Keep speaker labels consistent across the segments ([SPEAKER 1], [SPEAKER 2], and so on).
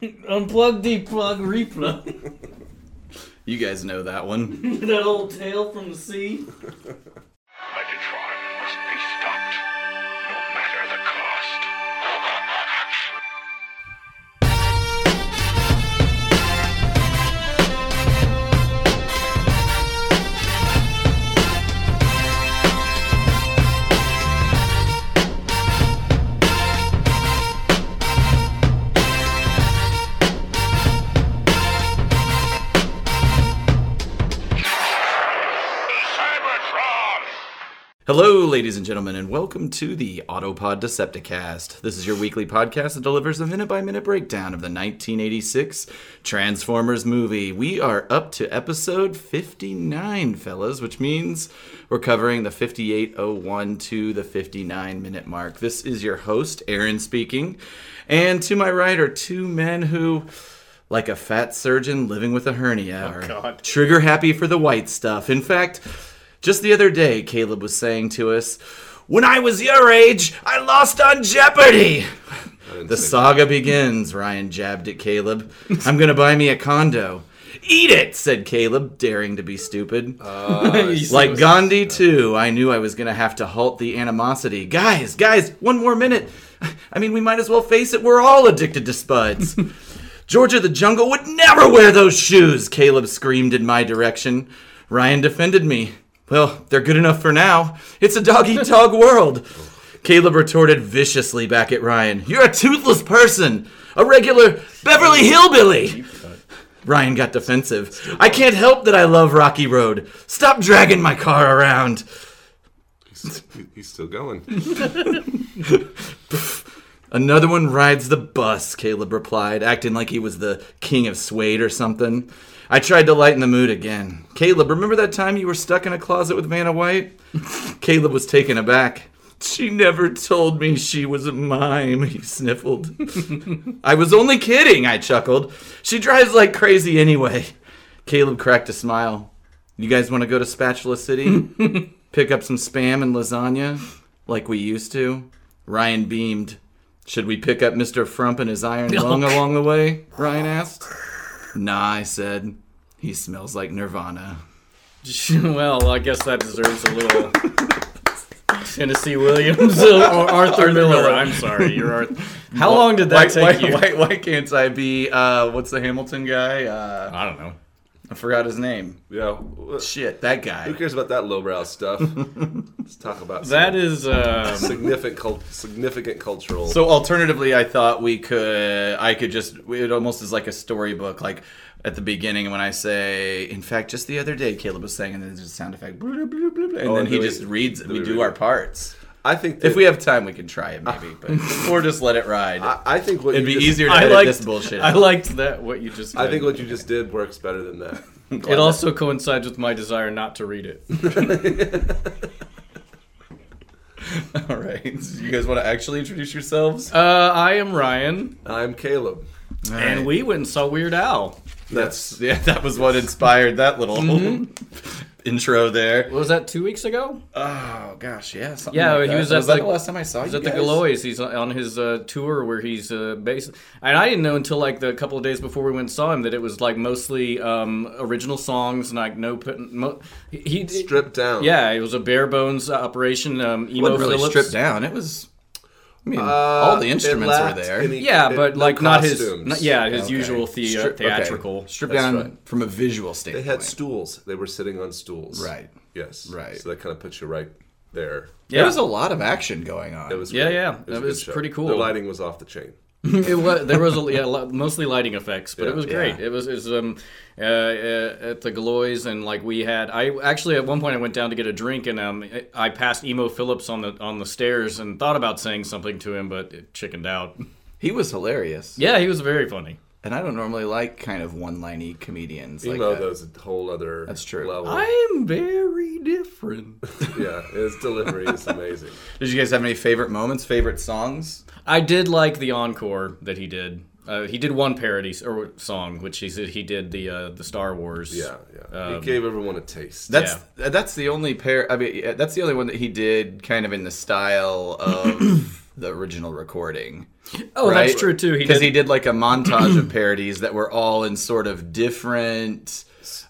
[SPEAKER 1] Unplug, deplug, replug.
[SPEAKER 2] You guys know that one.
[SPEAKER 1] that old tale from the sea.
[SPEAKER 3] Megatron must be stopped, no matter the cost. Cybertron!
[SPEAKER 2] Hello, ladies and gentlemen, and welcome to the Autopod Decepticast. This is your weekly podcast that delivers a minute by minute breakdown of the 1986 Transformers movie. We are up to episode 59, fellas, which means we're covering the 5801 to the 59 minute mark. This is your host, Aaron, speaking. And to my right are two men who. Like a fat surgeon living with a hernia, are
[SPEAKER 4] God.
[SPEAKER 2] trigger happy for the white stuff. In fact, just the other day, Caleb was saying to us, When I was your age, I lost on Jeopardy! The saga begins, Ryan jabbed at Caleb. I'm gonna buy me a condo. Eat it, said Caleb, daring to be stupid.
[SPEAKER 1] Uh,
[SPEAKER 2] like Gandhi, too, I knew I was gonna have to halt the animosity. Guys, guys, one more minute. I mean, we might as well face it, we're all addicted to spuds. Georgia the Jungle would never wear those shoes, Caleb screamed in my direction. Ryan defended me. Well, they're good enough for now. It's a dog eat dog world. Caleb retorted viciously back at Ryan. You're a toothless person, a regular Beverly Hillbilly. Ryan got defensive. I can't help that I love Rocky Road. Stop dragging my car around.
[SPEAKER 5] He's, he's still going.
[SPEAKER 2] Another one rides the bus, Caleb replied, acting like he was the king of suede or something. I tried to lighten the mood again. Caleb, remember that time you were stuck in a closet with Vanna White? Caleb was taken aback. She never told me she was a mime, he sniffled. I was only kidding, I chuckled. She drives like crazy anyway. Caleb cracked a smile. You guys want to go to Spatula City? Pick up some spam and lasagna like we used to? Ryan beamed. Should we pick up Mr. Frump and his iron lung along the way? Ryan asked. Nah, I said. He smells like Nirvana.
[SPEAKER 1] well, I guess that deserves a little uh, Tennessee Williams uh, or Arthur Miller. I'm sorry, you're Arthur. How long did that
[SPEAKER 2] why,
[SPEAKER 1] take you?
[SPEAKER 2] why, why, why can't I be, uh, what's the Hamilton guy? Uh,
[SPEAKER 1] I don't know.
[SPEAKER 2] I forgot his name.
[SPEAKER 5] Yeah. wh-
[SPEAKER 2] Shit, that
[SPEAKER 5] Who
[SPEAKER 2] guy.
[SPEAKER 5] cares about that lowbrow stuff? Let's talk about
[SPEAKER 1] That is uh,
[SPEAKER 5] significant, cult, significant cultural.
[SPEAKER 2] So alternatively, I thought we could, I could just, it almost is like a storybook, like at the beginning when I say, in fact, just the other day, Caleb was saying, and then there's a sound effect, blah, blah, blah, blah, blah, and
[SPEAKER 5] Oh,
[SPEAKER 2] then
[SPEAKER 5] and
[SPEAKER 2] he
[SPEAKER 5] do we-
[SPEAKER 2] just reads it.
[SPEAKER 5] do
[SPEAKER 2] We
[SPEAKER 5] we
[SPEAKER 2] do
[SPEAKER 5] read
[SPEAKER 2] our
[SPEAKER 5] it?
[SPEAKER 2] parts.
[SPEAKER 5] I think that,
[SPEAKER 2] If we have time, we can try it maybe, but or just let it ride.
[SPEAKER 5] I, I think what
[SPEAKER 2] It'd
[SPEAKER 5] you
[SPEAKER 2] be
[SPEAKER 5] just-
[SPEAKER 2] easier to
[SPEAKER 1] I
[SPEAKER 2] edit
[SPEAKER 1] liked
[SPEAKER 2] this bullshit.
[SPEAKER 1] I
[SPEAKER 2] out.
[SPEAKER 1] liked that what you just.
[SPEAKER 5] I think
[SPEAKER 1] did.
[SPEAKER 5] what you just did works better than that.
[SPEAKER 1] it also coincides with my desire not to read it.
[SPEAKER 2] All right, you guys want to actually introduce yourselves?
[SPEAKER 1] Uh, I am Ryan,
[SPEAKER 5] I'm Caleb.
[SPEAKER 1] and we went and saw Weird Al.
[SPEAKER 2] That's yeah, that was what inspired that little intro there.
[SPEAKER 1] What was that two weeks ago?
[SPEAKER 2] Oh gosh, yeah, something
[SPEAKER 1] Yeah,
[SPEAKER 2] like
[SPEAKER 1] he
[SPEAKER 2] that.
[SPEAKER 1] was at
[SPEAKER 2] that
[SPEAKER 1] the-
[SPEAKER 2] the last time I saw
[SPEAKER 1] He's
[SPEAKER 2] you
[SPEAKER 1] at the
[SPEAKER 2] guys?
[SPEAKER 1] Galois. He's on his uh, tour where he's uh, based, and I didn't know until like the couple of days before we went and saw him that it was like mostly um, original songs and like no. put- Mo- he
[SPEAKER 5] Stripped down.
[SPEAKER 1] Yeah, it was a bare bones operation. Um,
[SPEAKER 2] It
[SPEAKER 1] emo
[SPEAKER 2] wasn't really
[SPEAKER 1] Phillips.
[SPEAKER 2] stripped down. It was. I mean,
[SPEAKER 5] Uh,
[SPEAKER 2] all the
[SPEAKER 5] it
[SPEAKER 2] instruments were
[SPEAKER 5] lacked
[SPEAKER 2] there.
[SPEAKER 5] any-
[SPEAKER 1] Yeah,
[SPEAKER 5] it-
[SPEAKER 1] but
[SPEAKER 5] no
[SPEAKER 1] like not his.
[SPEAKER 5] costumes.
[SPEAKER 1] Not, yeah, his
[SPEAKER 2] Okay.
[SPEAKER 1] usual the- uh,
[SPEAKER 2] Strip- okay.
[SPEAKER 1] theatrical.
[SPEAKER 2] Stripped
[SPEAKER 5] That's
[SPEAKER 2] down
[SPEAKER 5] right.
[SPEAKER 2] from a visual
[SPEAKER 5] They
[SPEAKER 2] standpoint.
[SPEAKER 5] had stools. They were sitting on stools.
[SPEAKER 2] Right.
[SPEAKER 5] Yes.
[SPEAKER 2] Right.
[SPEAKER 5] So that kind of puts you right there.
[SPEAKER 2] There
[SPEAKER 1] Yeah.
[SPEAKER 2] was a lot of action going on.
[SPEAKER 5] It was
[SPEAKER 1] Yeah,
[SPEAKER 5] great.
[SPEAKER 1] yeah.
[SPEAKER 5] It
[SPEAKER 1] That
[SPEAKER 5] a good
[SPEAKER 1] was
[SPEAKER 5] show.
[SPEAKER 1] pretty cool.
[SPEAKER 5] The lighting was off the chain.
[SPEAKER 1] it was there was a, yeah, lo- mostly lighting effects, but it
[SPEAKER 5] Yeah.
[SPEAKER 1] was great.
[SPEAKER 2] Yeah.
[SPEAKER 1] It was it was um uh, uh, at the Galois and like we had I actually at one point I went down to get a drink and um I passed Emo Phillips on the on the stairs and thought about saying something to him but it chickened out.
[SPEAKER 2] he was hilarious.
[SPEAKER 1] Yeah, he was very funny.
[SPEAKER 2] And I don't normally like kind of one-liney comedians
[SPEAKER 5] You
[SPEAKER 2] like
[SPEAKER 5] know,
[SPEAKER 2] that.
[SPEAKER 5] that was a whole other
[SPEAKER 2] That's true.
[SPEAKER 5] level.
[SPEAKER 1] I'm very different.
[SPEAKER 5] Yeah, his delivery is amazing.
[SPEAKER 2] Did you guys have any favorite moments, favorite songs?
[SPEAKER 1] I did like the encore that he did. Uh, he did one parody s- or song, which he said he did the uh, the Star Wars.
[SPEAKER 5] Yeah, yeah.
[SPEAKER 2] Um,
[SPEAKER 5] he gave everyone a taste.
[SPEAKER 2] That's that's the only pair. I mean, that's the only one that he did kind of in the style of the original recording.
[SPEAKER 1] Oh,
[SPEAKER 2] right?
[SPEAKER 1] that's true too. He
[SPEAKER 2] Because
[SPEAKER 1] did.
[SPEAKER 2] he did like a montage of parodies that were all in sort of different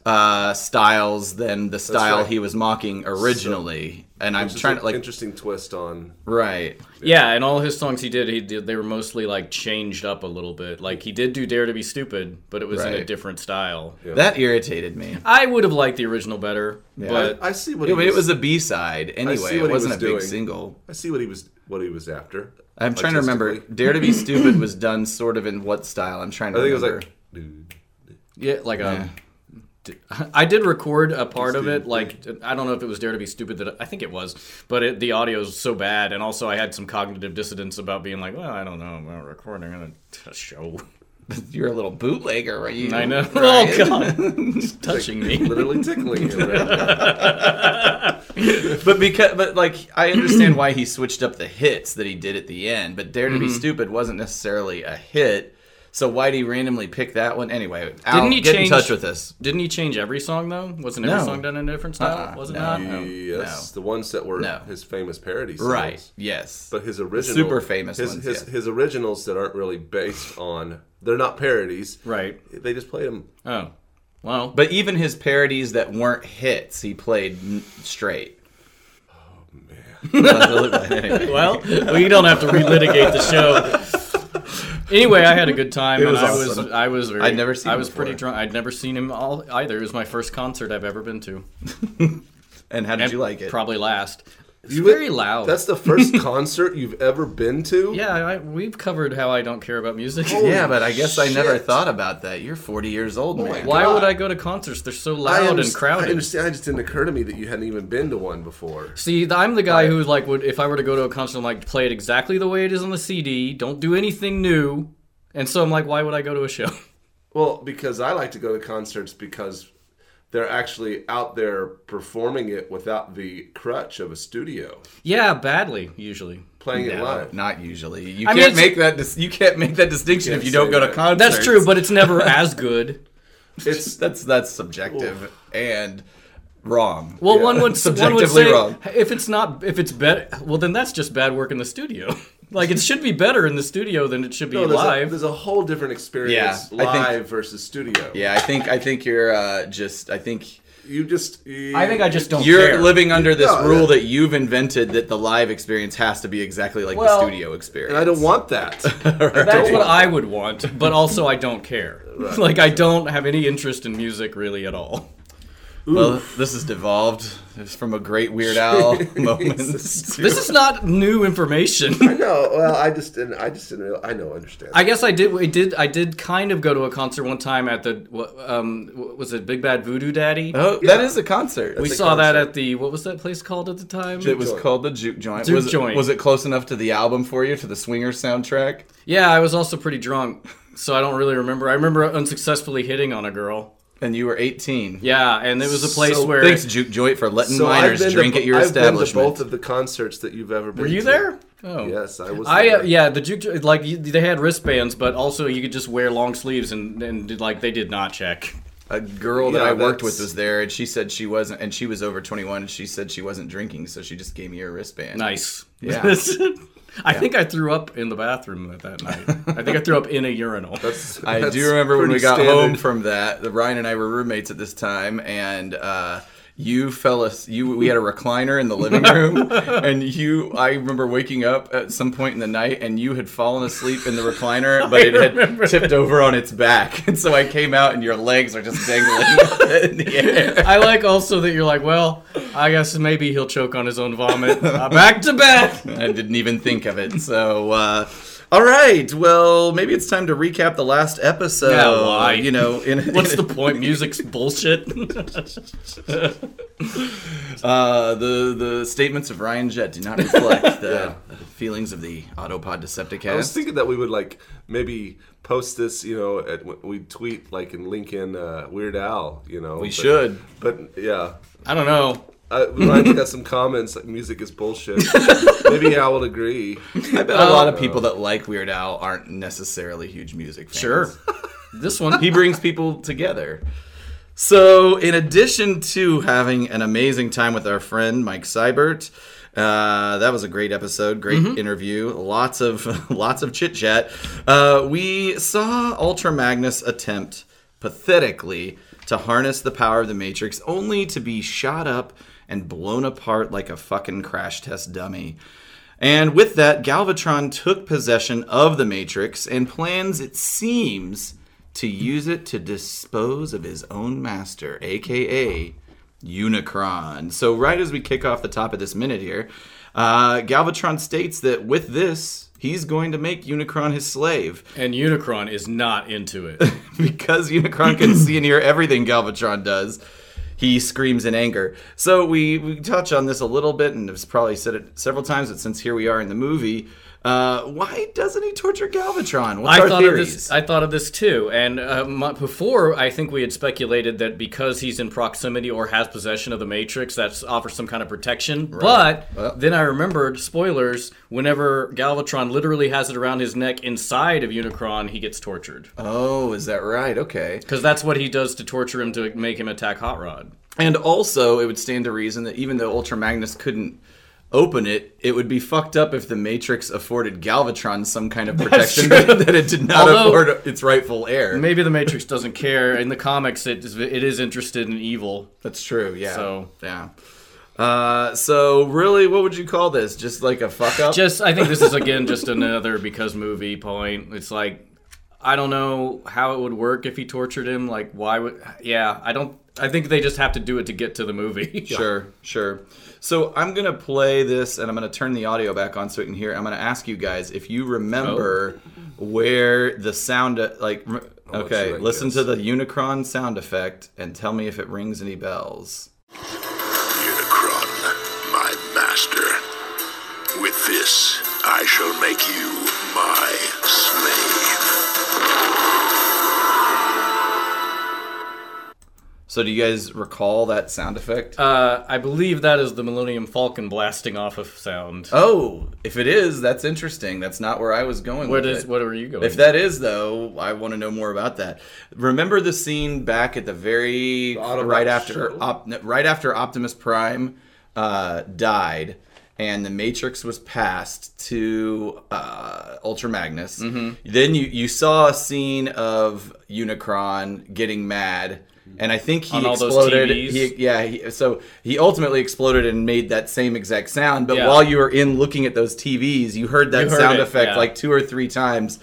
[SPEAKER 2] uh, styles than the style
[SPEAKER 5] right.
[SPEAKER 2] he was mocking originally. and I'm
[SPEAKER 5] Just
[SPEAKER 2] trying
[SPEAKER 5] an
[SPEAKER 2] to like
[SPEAKER 5] interesting twist on
[SPEAKER 2] right.
[SPEAKER 1] yeah, and all his songs he did, he did. They were mostly like changed up a little bit. Like he did do "Dare to Be Stupid," but it was in a
[SPEAKER 2] Right.
[SPEAKER 1] different style.
[SPEAKER 2] That irritated me.
[SPEAKER 1] I would have liked the original better, but
[SPEAKER 5] I see what
[SPEAKER 2] Yeah,
[SPEAKER 5] he
[SPEAKER 2] but it was
[SPEAKER 5] was
[SPEAKER 2] a B side anyway.
[SPEAKER 5] see
[SPEAKER 2] It
[SPEAKER 5] what he
[SPEAKER 2] wasn't a
[SPEAKER 5] was
[SPEAKER 2] big
[SPEAKER 5] doing.
[SPEAKER 2] single.
[SPEAKER 5] I see what he was what he was after.
[SPEAKER 2] I'm trying to remember.
[SPEAKER 5] Artistically.
[SPEAKER 2] Dare to be stupid was done sort of in what style? I'm trying to.
[SPEAKER 5] I think it was
[SPEAKER 2] remember.
[SPEAKER 5] like dude.
[SPEAKER 1] yeah, like a. I did record a part of it. Like I don't know if it was Dare to Be Stupid that I think it was, but it, the audio is so bad, and also I had some cognitive dissonance about being like, well, I don't know, I'm not recording a, a show.
[SPEAKER 2] you're a little bootlegger, right? You-
[SPEAKER 1] I know.
[SPEAKER 2] Right?
[SPEAKER 1] Oh God, it's touching me.
[SPEAKER 5] literally tickling him. Right?
[SPEAKER 2] but because but like I understand why he switched up the hits that he did at the end, but Dare to
[SPEAKER 1] Mm-hmm.
[SPEAKER 2] Be Stupid wasn't necessarily a hit. So why would he randomly pick that one anyway? Al,
[SPEAKER 1] Didn't he
[SPEAKER 2] get
[SPEAKER 1] change-
[SPEAKER 2] in touch with us?
[SPEAKER 1] Didn't he change every song though? Wasn't every
[SPEAKER 2] No.
[SPEAKER 1] song done in a different style?
[SPEAKER 2] Uh-uh.
[SPEAKER 1] Was it
[SPEAKER 2] No.
[SPEAKER 1] not?
[SPEAKER 2] No.
[SPEAKER 5] yes, the ones that were
[SPEAKER 2] No.
[SPEAKER 5] his famous parody songs.
[SPEAKER 2] Right. Yes.
[SPEAKER 5] But his original
[SPEAKER 2] super famous
[SPEAKER 5] his,
[SPEAKER 2] ones,
[SPEAKER 5] his,
[SPEAKER 2] yeah.
[SPEAKER 5] his originals that aren't really based on they're not parodies.
[SPEAKER 1] Right.
[SPEAKER 5] They just played them.
[SPEAKER 1] Oh, well, but
[SPEAKER 2] but even his parodies that weren't hits, he played n- straight. Oh man.
[SPEAKER 1] well, we don't have to relitigate the show. Anyway, I had a good time, and
[SPEAKER 2] was
[SPEAKER 1] I was
[SPEAKER 2] awesome.
[SPEAKER 1] I was very,
[SPEAKER 2] I'd never seen
[SPEAKER 1] I
[SPEAKER 2] him
[SPEAKER 1] was pretty
[SPEAKER 2] before.
[SPEAKER 1] drunk. I'd never seen him all either. It was my first concert I've ever been to.
[SPEAKER 2] and how did you like it?
[SPEAKER 1] Probably last. It's
[SPEAKER 5] You-
[SPEAKER 1] very
[SPEAKER 2] Oh.
[SPEAKER 1] loud.
[SPEAKER 5] That's the first concert you've ever been to.
[SPEAKER 1] yeah. I, we've covered how I don't care about music.
[SPEAKER 2] yeah, but I guess I never
[SPEAKER 5] shit.
[SPEAKER 2] thought about that. You're 40 years old, man.
[SPEAKER 1] Why
[SPEAKER 5] God.
[SPEAKER 1] would I go to concerts? They're so
[SPEAKER 5] I
[SPEAKER 1] loud and
[SPEAKER 5] underst- I
[SPEAKER 1] crowded.
[SPEAKER 5] understand. I just didn't occur to me that you hadn't even been to one before.
[SPEAKER 1] See, th- I'm the guy who like would if I were to go to a concert, I'm like play it exactly the way it is on the CD. Don't do anything new. And so I'm like, why would I go to a show?
[SPEAKER 5] Well, because I like to go to concerts because they're actually out there performing it without the crutch of a studio
[SPEAKER 1] yeah, badly usually.
[SPEAKER 5] playing it
[SPEAKER 2] No,
[SPEAKER 5] live.
[SPEAKER 2] not usually. You
[SPEAKER 1] I mean,
[SPEAKER 2] can't
[SPEAKER 1] it's-
[SPEAKER 2] make that. Dis- you can't make that distinction if
[SPEAKER 5] can't
[SPEAKER 2] you don't
[SPEAKER 5] say
[SPEAKER 2] go to
[SPEAKER 5] that.
[SPEAKER 2] concerts.
[SPEAKER 1] That's true, but it's never as good.
[SPEAKER 5] It's
[SPEAKER 2] that's that's subjective and wrong.
[SPEAKER 1] Well, one would one would
[SPEAKER 2] Subjectively
[SPEAKER 1] say
[SPEAKER 2] wrong.
[SPEAKER 1] if it's not if it's better, well then that's just bad work in the studio. like it should be better in the studio than it should be
[SPEAKER 5] no, there's, A,
[SPEAKER 1] live.
[SPEAKER 5] there's a whole different experience
[SPEAKER 2] Yeah, I think-
[SPEAKER 5] live versus studio.
[SPEAKER 2] yeah, I think I think you're uh, just I think
[SPEAKER 5] You just. You,
[SPEAKER 1] I think I just don't.
[SPEAKER 2] you're
[SPEAKER 1] care.
[SPEAKER 2] living under this
[SPEAKER 5] No,
[SPEAKER 2] rule
[SPEAKER 5] yeah.
[SPEAKER 2] that you've invented that the live experience has to be exactly like
[SPEAKER 1] Well,
[SPEAKER 2] the studio experience.
[SPEAKER 5] And I don't want that.
[SPEAKER 1] That's what I would want, but also I don't care. Like I don't have any interest in music really at all.
[SPEAKER 2] Well, this is devolved. It's from a great Weird Al moment.
[SPEAKER 1] This is not new information.
[SPEAKER 5] no, well, I just didn't. I just didn't. Real, I know. Understand.
[SPEAKER 1] I guess I did. I did. I did kind of go to a concert one time at the. what, Um, what was it Big Bad Voodoo Daddy?
[SPEAKER 2] oh, that is a concert.
[SPEAKER 1] we
[SPEAKER 5] a
[SPEAKER 1] saw that
[SPEAKER 5] concert.
[SPEAKER 1] at the. What was that place called at the time?
[SPEAKER 2] It was
[SPEAKER 5] joint.
[SPEAKER 2] called the Juke Joint.
[SPEAKER 1] Juke
[SPEAKER 2] was, it-
[SPEAKER 1] joint.
[SPEAKER 2] was it close enough to the album for you, to the Swinger soundtrack?
[SPEAKER 1] yeah, I was also pretty drunk, so I don't really remember. I remember unsuccessfully hitting on a girl.
[SPEAKER 2] And you were 18.
[SPEAKER 1] Yeah, and it was a place
[SPEAKER 5] So,
[SPEAKER 1] where.
[SPEAKER 2] Thanks, Juke Joint, for letting minors
[SPEAKER 5] been to
[SPEAKER 2] drink
[SPEAKER 5] bo-
[SPEAKER 2] at your
[SPEAKER 5] I've
[SPEAKER 2] establishment.
[SPEAKER 5] Been to both of the concerts that you've ever been.
[SPEAKER 1] Were you
[SPEAKER 5] to.
[SPEAKER 1] there? Oh.
[SPEAKER 5] Yes, I was.
[SPEAKER 1] I
[SPEAKER 5] there.
[SPEAKER 1] uh, yeah the juke jo- like you, they had wristbands but also you could just wear long sleeves and and did, like they did not check.
[SPEAKER 2] a girl that
[SPEAKER 5] Yeah,
[SPEAKER 2] I worked with
[SPEAKER 5] that's-
[SPEAKER 2] was there, and she said she wasn't, and she was over 21, and she said she wasn't drinking, so she just gave me her wristband.
[SPEAKER 1] Nice.
[SPEAKER 2] Yeah.
[SPEAKER 1] I think I threw up in the bathroom that, that night. I think I threw up in a urinal.
[SPEAKER 5] That's-
[SPEAKER 2] I
[SPEAKER 5] that's
[SPEAKER 2] do remember when
[SPEAKER 5] pretty
[SPEAKER 2] we got
[SPEAKER 5] standard.
[SPEAKER 2] home from that. Ryan and I were roommates at this time, and uh, you fell as You we had a recliner in the living room, and you. I remember waking up at some point in the night, and you had fallen asleep in the recliner, but it had tipped over on its back, and so I came out, and your legs are just dangling in the air.
[SPEAKER 1] I like also that you're like, well, I guess maybe he'll choke on his own vomit. Uh, back to bed.
[SPEAKER 2] I didn't even think of it. So, uh, all right. Well, maybe it's time to recap the last episode.
[SPEAKER 1] Yeah, why?
[SPEAKER 2] You know, in,
[SPEAKER 1] What's
[SPEAKER 2] in-
[SPEAKER 1] the point? Music's bullshit.
[SPEAKER 2] Uh, the the statements of Ryan Jett do not reflect the feelings of the Autopod
[SPEAKER 5] I was
[SPEAKER 2] Decepticast.
[SPEAKER 5] thinking that we would like maybe post this, you know, at, we tweet like and link in uh, Weird Al, you know.
[SPEAKER 2] we
[SPEAKER 5] but-
[SPEAKER 2] should.
[SPEAKER 5] But yeah,
[SPEAKER 1] I don't know.
[SPEAKER 5] I, Ryan's got some comments. Like, music is bullshit. maybe Al would agree.
[SPEAKER 2] I bet a
[SPEAKER 1] Um,
[SPEAKER 2] lot of people that like Weird Al aren't necessarily huge music fans.
[SPEAKER 1] Sure. This one.
[SPEAKER 2] he brings people together. So, in addition to having an amazing time with our friend Mike Seibert, Uh, that was a great episode, great
[SPEAKER 1] Mm-hmm.
[SPEAKER 2] interview, lots of lots of chit chat. Uh, we saw Ultra Magnus attempt pathetically to harness the power of the Matrix, only to be shot up and blown apart like a fucking crash test dummy. And with that, Galvatron took possession of the Matrix and plans, it seems, to use it to dispose of his own master, aka Unicron. So, right as we kick off the top of this minute here, uh, Galvatron states that with this, he's going to make Unicron his slave
[SPEAKER 1] And Unicron is not into it.
[SPEAKER 2] because Unicron can see and hear everything Galvatron does, he screams in anger. So we, we touch on this a little bit, and I've probably said it several times, but since here we are in the movie, uh, why doesn't he torture Galvatron? What's
[SPEAKER 1] I
[SPEAKER 2] our
[SPEAKER 1] thought
[SPEAKER 2] theories?
[SPEAKER 1] of this. I thought of this too, and uh, my, before I think we had speculated that because he's in proximity or has possession of the Matrix, that's offers some kind of protection. But
[SPEAKER 2] Well.
[SPEAKER 1] then I remembered spoilers. Whenever Galvatron literally has it around his neck inside of Unicron, he gets tortured
[SPEAKER 2] oh, is that right? Okay.
[SPEAKER 1] because that's what he does to torture him to make him attack Hot Rod.
[SPEAKER 2] And also, it would stand to reason that even though Ultra Magnus couldn't open it, it would be fucked up if the Matrix afforded Galvatron some kind of protection
[SPEAKER 1] true.
[SPEAKER 2] that it did not
[SPEAKER 1] Although-
[SPEAKER 2] afford its rightful heir.
[SPEAKER 1] Maybe the Matrix doesn't care. In the comics, it is, it is interested in evil.
[SPEAKER 2] That's true. Yeah.
[SPEAKER 1] So-
[SPEAKER 2] yeah. Uh, so really, what would you call this? Just like a fuck up?
[SPEAKER 1] just I think this is again just another because movie point. It's like I don't know how it would work if he tortured him. Like why would yeah, I don't I think they just have to do it to get to the movie.
[SPEAKER 2] Sure, sure. So I'm gonna play this, and I'm gonna turn the audio back on so we can hear. I'm gonna ask you guys if you remember
[SPEAKER 1] Oh.
[SPEAKER 2] where the sound, uh, like, rem-
[SPEAKER 5] let
[SPEAKER 2] okay,
[SPEAKER 5] you make
[SPEAKER 2] listen
[SPEAKER 5] guess.
[SPEAKER 2] to the Unicron sound effect and tell me if it rings any bells.
[SPEAKER 4] Unicron, my master. With this, I shall make you my slave.
[SPEAKER 2] So do you guys recall that sound effect?
[SPEAKER 1] Uh, I believe that is the Millennium Falcon blasting off of sound.
[SPEAKER 2] oh, if it is, that's interesting. That's not where I was going.
[SPEAKER 1] what
[SPEAKER 2] with
[SPEAKER 1] is
[SPEAKER 2] it.
[SPEAKER 1] what are you going?
[SPEAKER 2] If that is though, I want to know more about that. Remember the scene back at the very
[SPEAKER 5] Autobot
[SPEAKER 2] right after
[SPEAKER 5] show?
[SPEAKER 2] op, right after Optimus Prime uh, died, and the Matrix was passed to uh, Ultra Magnus.
[SPEAKER 1] Mm-hmm.
[SPEAKER 2] Then you you saw a scene of Unicron getting mad. And I think he
[SPEAKER 1] On all those
[SPEAKER 2] exploded.
[SPEAKER 1] TVs?
[SPEAKER 2] He, yeah, he, so he ultimately exploded and made that same exact sound. But
[SPEAKER 1] Yeah.
[SPEAKER 2] while you were in looking at those TVs, you heard that
[SPEAKER 1] You heard
[SPEAKER 2] sound
[SPEAKER 1] it,
[SPEAKER 2] effect
[SPEAKER 1] yeah.
[SPEAKER 2] like two or three times.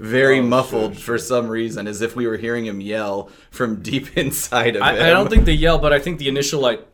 [SPEAKER 2] very
[SPEAKER 1] Oh,
[SPEAKER 2] muffled for some reason, as if we were hearing him yell from deep inside of him.
[SPEAKER 1] I, I don't think they yell, but I think the initial like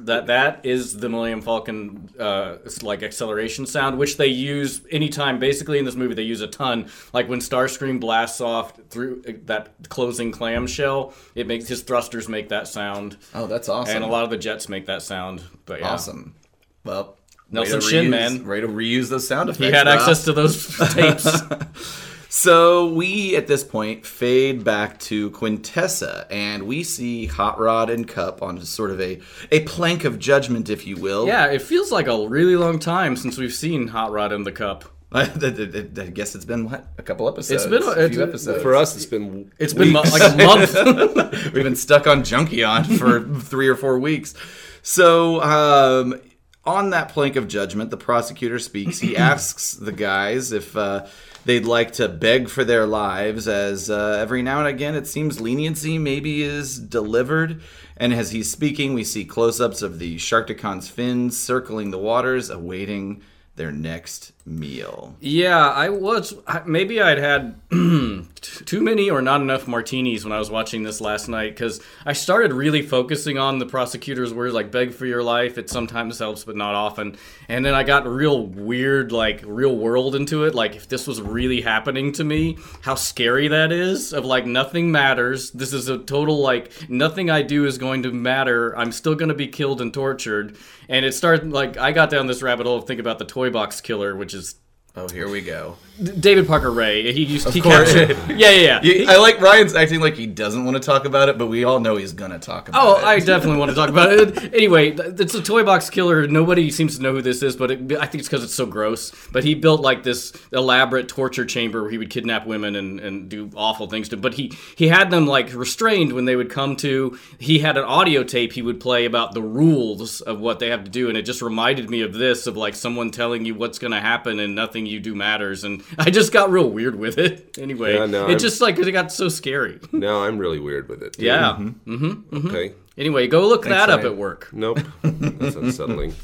[SPEAKER 1] that that is the Millennium Falcon uh, it's like acceleration sound, which they use anytime. Basically, in this movie, they use a ton. Like when Starscream blasts off through uh, that closing clamshell, it makes his thrusters make that sound,
[SPEAKER 2] Oh, that's awesome!
[SPEAKER 1] and a lot of the jets make that sound. But yeah.
[SPEAKER 2] awesome. Well,
[SPEAKER 1] Nelson
[SPEAKER 2] way to
[SPEAKER 1] Shin,
[SPEAKER 2] reuse,
[SPEAKER 1] man.
[SPEAKER 2] way to reuse those sound effects.
[SPEAKER 1] He had
[SPEAKER 2] Rob.
[SPEAKER 1] access to those tapes.
[SPEAKER 2] So we at this point fade back to Quintessa, and we see Hot Rod and Cup on sort of a a plank of judgment, if you will.
[SPEAKER 1] yeah, it feels like a really long time since we've seen Hot Rod in the Cup.
[SPEAKER 2] I, I- I guess it's been what a couple episodes.
[SPEAKER 1] been a-
[SPEAKER 2] a few
[SPEAKER 1] it-
[SPEAKER 2] episodes
[SPEAKER 5] For us, it's been
[SPEAKER 1] It's been mo- like a month.
[SPEAKER 2] We've been stuck on Junkion for three or four weeks. So, um, on that plank of judgment, the prosecutor speaks. He asks the guys if uh, they'd like to beg for their lives, as uh, every now and again it seems leniency maybe is delivered. And as he's speaking, we see close ups of the Sharkticon's fins circling the waters, awaiting their next meal.
[SPEAKER 1] Yeah, I was. I- Maybe I'd had t- too many or not enough martinis when I was watching this last night because I started really focusing on the prosecutor's words like beg for your life. It sometimes helps, but not often. And then I got real weird, like real world into it. Like, if this was really happening to me, how scary that is of like nothing matters. This is a total like nothing I do is going to matter. I'm still going to be killed and tortured. And it started like I got down this rabbit hole of think about the toy box killer, which is
[SPEAKER 2] Oh, here we go.
[SPEAKER 1] David Parker Ray. He used he
[SPEAKER 2] course.
[SPEAKER 1] captured. Yeah, yeah, yeah.
[SPEAKER 2] I like Ryan's acting like he doesn't want to talk about it, but we all know he's gonna talk about
[SPEAKER 1] Oh,
[SPEAKER 2] it.
[SPEAKER 1] I definitely want to talk about it. Anyway, th- it's a toy box killer. Nobody seems to know who this is, but it, I think it's because it's so gross. But he built like this elaborate torture chamber where he would kidnap women and, and do awful things to. But he he had them like restrained when they would come to. He had an audio tape he would play about the rules of what they have to do, and it just reminded me of this of like someone telling you what's going to happen and nothing you do matters. And I just got real weird with it. Anyway,
[SPEAKER 5] Yeah, no,
[SPEAKER 1] it
[SPEAKER 5] I'm-
[SPEAKER 1] just like it got so scary.
[SPEAKER 5] Now I'm really weird with it. dude.
[SPEAKER 1] Yeah. Mm-hmm.
[SPEAKER 5] Okay.
[SPEAKER 1] Anyway, go look that up
[SPEAKER 2] Ryan.
[SPEAKER 1] at work.
[SPEAKER 5] Nope. That's unsettling.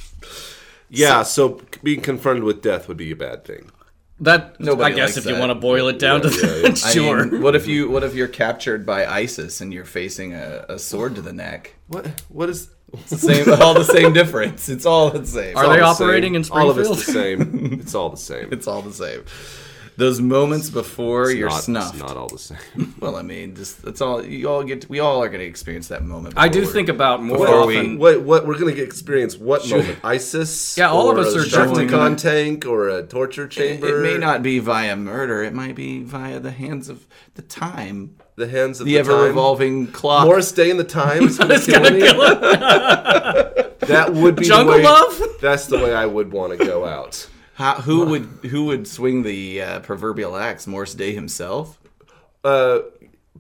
[SPEAKER 5] Yeah, so, being confronted with death would be a bad thing.
[SPEAKER 1] That
[SPEAKER 2] Nobody
[SPEAKER 1] I guess
[SPEAKER 2] likes
[SPEAKER 1] if
[SPEAKER 2] that.
[SPEAKER 1] you want to boil it down to that,
[SPEAKER 2] I mean,
[SPEAKER 1] sure.
[SPEAKER 2] what if you What if you're captured by ISIS and you're facing a, a sword to the neck?
[SPEAKER 5] What? What is?
[SPEAKER 2] It's the same, all the same difference. It's all the same.
[SPEAKER 1] Are
[SPEAKER 5] all
[SPEAKER 1] they
[SPEAKER 5] the
[SPEAKER 1] operating in
[SPEAKER 5] same. All of it's the
[SPEAKER 1] Springfield?
[SPEAKER 5] same. It's all the same.
[SPEAKER 2] It's all the same. Those moments before you're
[SPEAKER 5] not,
[SPEAKER 2] snuffed.
[SPEAKER 5] It's not all the same.
[SPEAKER 2] Well, I mean, just that's all. You all get. we all are going to experience that moment.
[SPEAKER 1] I do
[SPEAKER 2] before
[SPEAKER 1] think about more
[SPEAKER 2] Before we-
[SPEAKER 1] often.
[SPEAKER 5] What? What? We're gonna get experience what moment? ISIS?
[SPEAKER 1] Yeah, all of
[SPEAKER 5] or
[SPEAKER 1] us
[SPEAKER 5] a
[SPEAKER 1] are definitely
[SPEAKER 5] Decepticon
[SPEAKER 1] gonna-
[SPEAKER 5] tank or a torture
[SPEAKER 2] It,
[SPEAKER 5] chamber.
[SPEAKER 2] it may not be via murder. It might be via the hands of the time,
[SPEAKER 5] The hands of
[SPEAKER 2] the,
[SPEAKER 5] the
[SPEAKER 2] ever
[SPEAKER 5] time.
[SPEAKER 2] revolving clock.
[SPEAKER 5] Morris Day in the Time is gonna kill me. that would be the
[SPEAKER 1] Jungle
[SPEAKER 5] way-
[SPEAKER 1] Love?
[SPEAKER 5] That's the way I would want to go out.
[SPEAKER 2] How, who would who would swing the uh, proverbial axe? Morris Day himself.
[SPEAKER 5] Uh,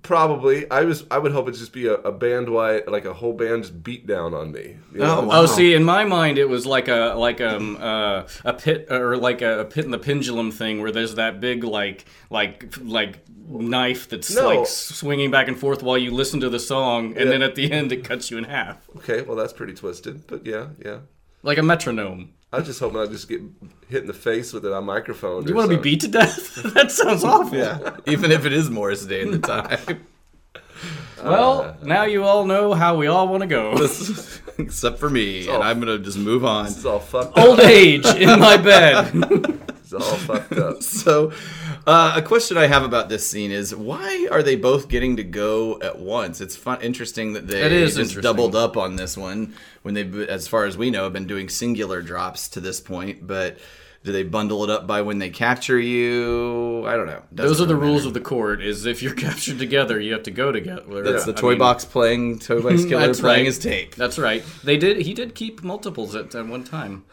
[SPEAKER 5] probably. I was. I would hope it'd just be a, a band wide, like a whole band just beat down on me. you know?
[SPEAKER 2] wow.
[SPEAKER 1] Oh, see, in my mind, it was like a like um uh, a pit or like a, a pit in the pendulum thing where there's that big like like like knife that's
[SPEAKER 5] No.
[SPEAKER 1] like s- swinging back and forth while you listen to the song, and then at the end it cuts you in half
[SPEAKER 5] Okay. Well, that's pretty twisted. But yeah, yeah.
[SPEAKER 1] like a metronome.
[SPEAKER 5] I was just hoping I'd just get hit in the face with it on microphone.
[SPEAKER 1] You want to be beat to death? that sounds awful.
[SPEAKER 2] Yeah, even if it is Morris Day in the time,
[SPEAKER 1] Well, now you all know how we all want to go.
[SPEAKER 2] except for me, and I'm gonna just move on.
[SPEAKER 5] It's all fucked up.
[SPEAKER 1] Old age in my bed.
[SPEAKER 5] It's all fucked up.
[SPEAKER 2] So, uh, a question I have about this scene is why are they both getting to go at once? It's fun, interesting that they
[SPEAKER 1] It is
[SPEAKER 2] just
[SPEAKER 1] interesting.
[SPEAKER 2] doubled up on this one when they, have as far as we know, have been doing singular drops to this point. But do they bundle it up by when they capture you? I don't know.
[SPEAKER 1] Those
[SPEAKER 2] Doesn't
[SPEAKER 1] are the
[SPEAKER 2] really
[SPEAKER 1] rules
[SPEAKER 2] matter.
[SPEAKER 1] of the court. Is if you're captured together, you have to go together.
[SPEAKER 2] That's the
[SPEAKER 1] I
[SPEAKER 2] toy
[SPEAKER 1] mean,
[SPEAKER 2] box playing toy box killer
[SPEAKER 1] That's
[SPEAKER 2] playing
[SPEAKER 1] right.
[SPEAKER 2] his tape.
[SPEAKER 1] That's right. They did. He did keep multiples at, at one time.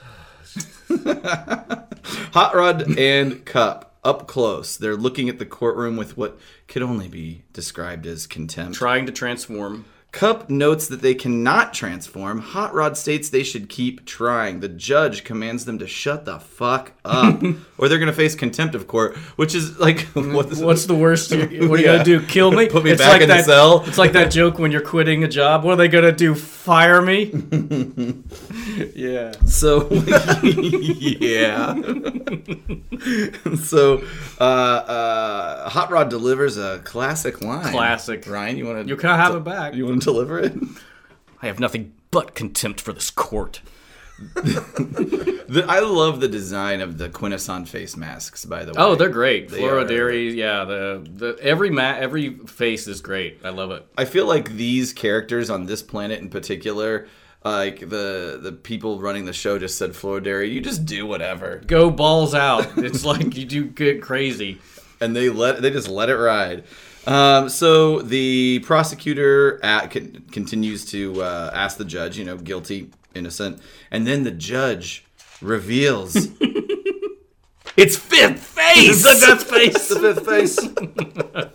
[SPEAKER 2] Hot Rod and Cup up close. They're looking at the courtroom with what could only be described as contempt.
[SPEAKER 1] Trying to transform.
[SPEAKER 2] Cup notes that they cannot transform. Hot Rod states they should keep trying. The judge commands them to shut the fuck up, or they're going to face contempt of court, which is like what this
[SPEAKER 1] What's the worst? you- What are you
[SPEAKER 2] Yeah.
[SPEAKER 1] gonna do? Kill me?
[SPEAKER 2] Put me back in the
[SPEAKER 1] that,
[SPEAKER 2] cell?
[SPEAKER 1] It's like that joke when you're quitting a job. What are they gonna do? Fire me? yeah.
[SPEAKER 2] So yeah. so uh, uh, Hot Rod delivers a classic line.
[SPEAKER 1] Classic.
[SPEAKER 2] Ryan, you want to
[SPEAKER 1] You can't have it back.
[SPEAKER 2] You want to deliver it?
[SPEAKER 1] I have nothing but contempt for this court.
[SPEAKER 2] The, I love the design of the Quintesson face masks. By the way,
[SPEAKER 1] Oh, they're great.
[SPEAKER 2] They
[SPEAKER 1] Flora
[SPEAKER 2] are-
[SPEAKER 1] Dairy. Yeah. The the every ma- every face is great. I love it.
[SPEAKER 2] I feel like these characters on this planet in particular, like the the people running the show, just said, "Floridary, you just do whatever,"
[SPEAKER 1] Go balls out. It's like you do get crazy.
[SPEAKER 2] and they let they just let it ride. Um, so the prosecutor at, con- continues to uh, ask the judge, you know, guilty, innocent, and then the judge reveals it's fifth face.
[SPEAKER 5] It's the fifth face.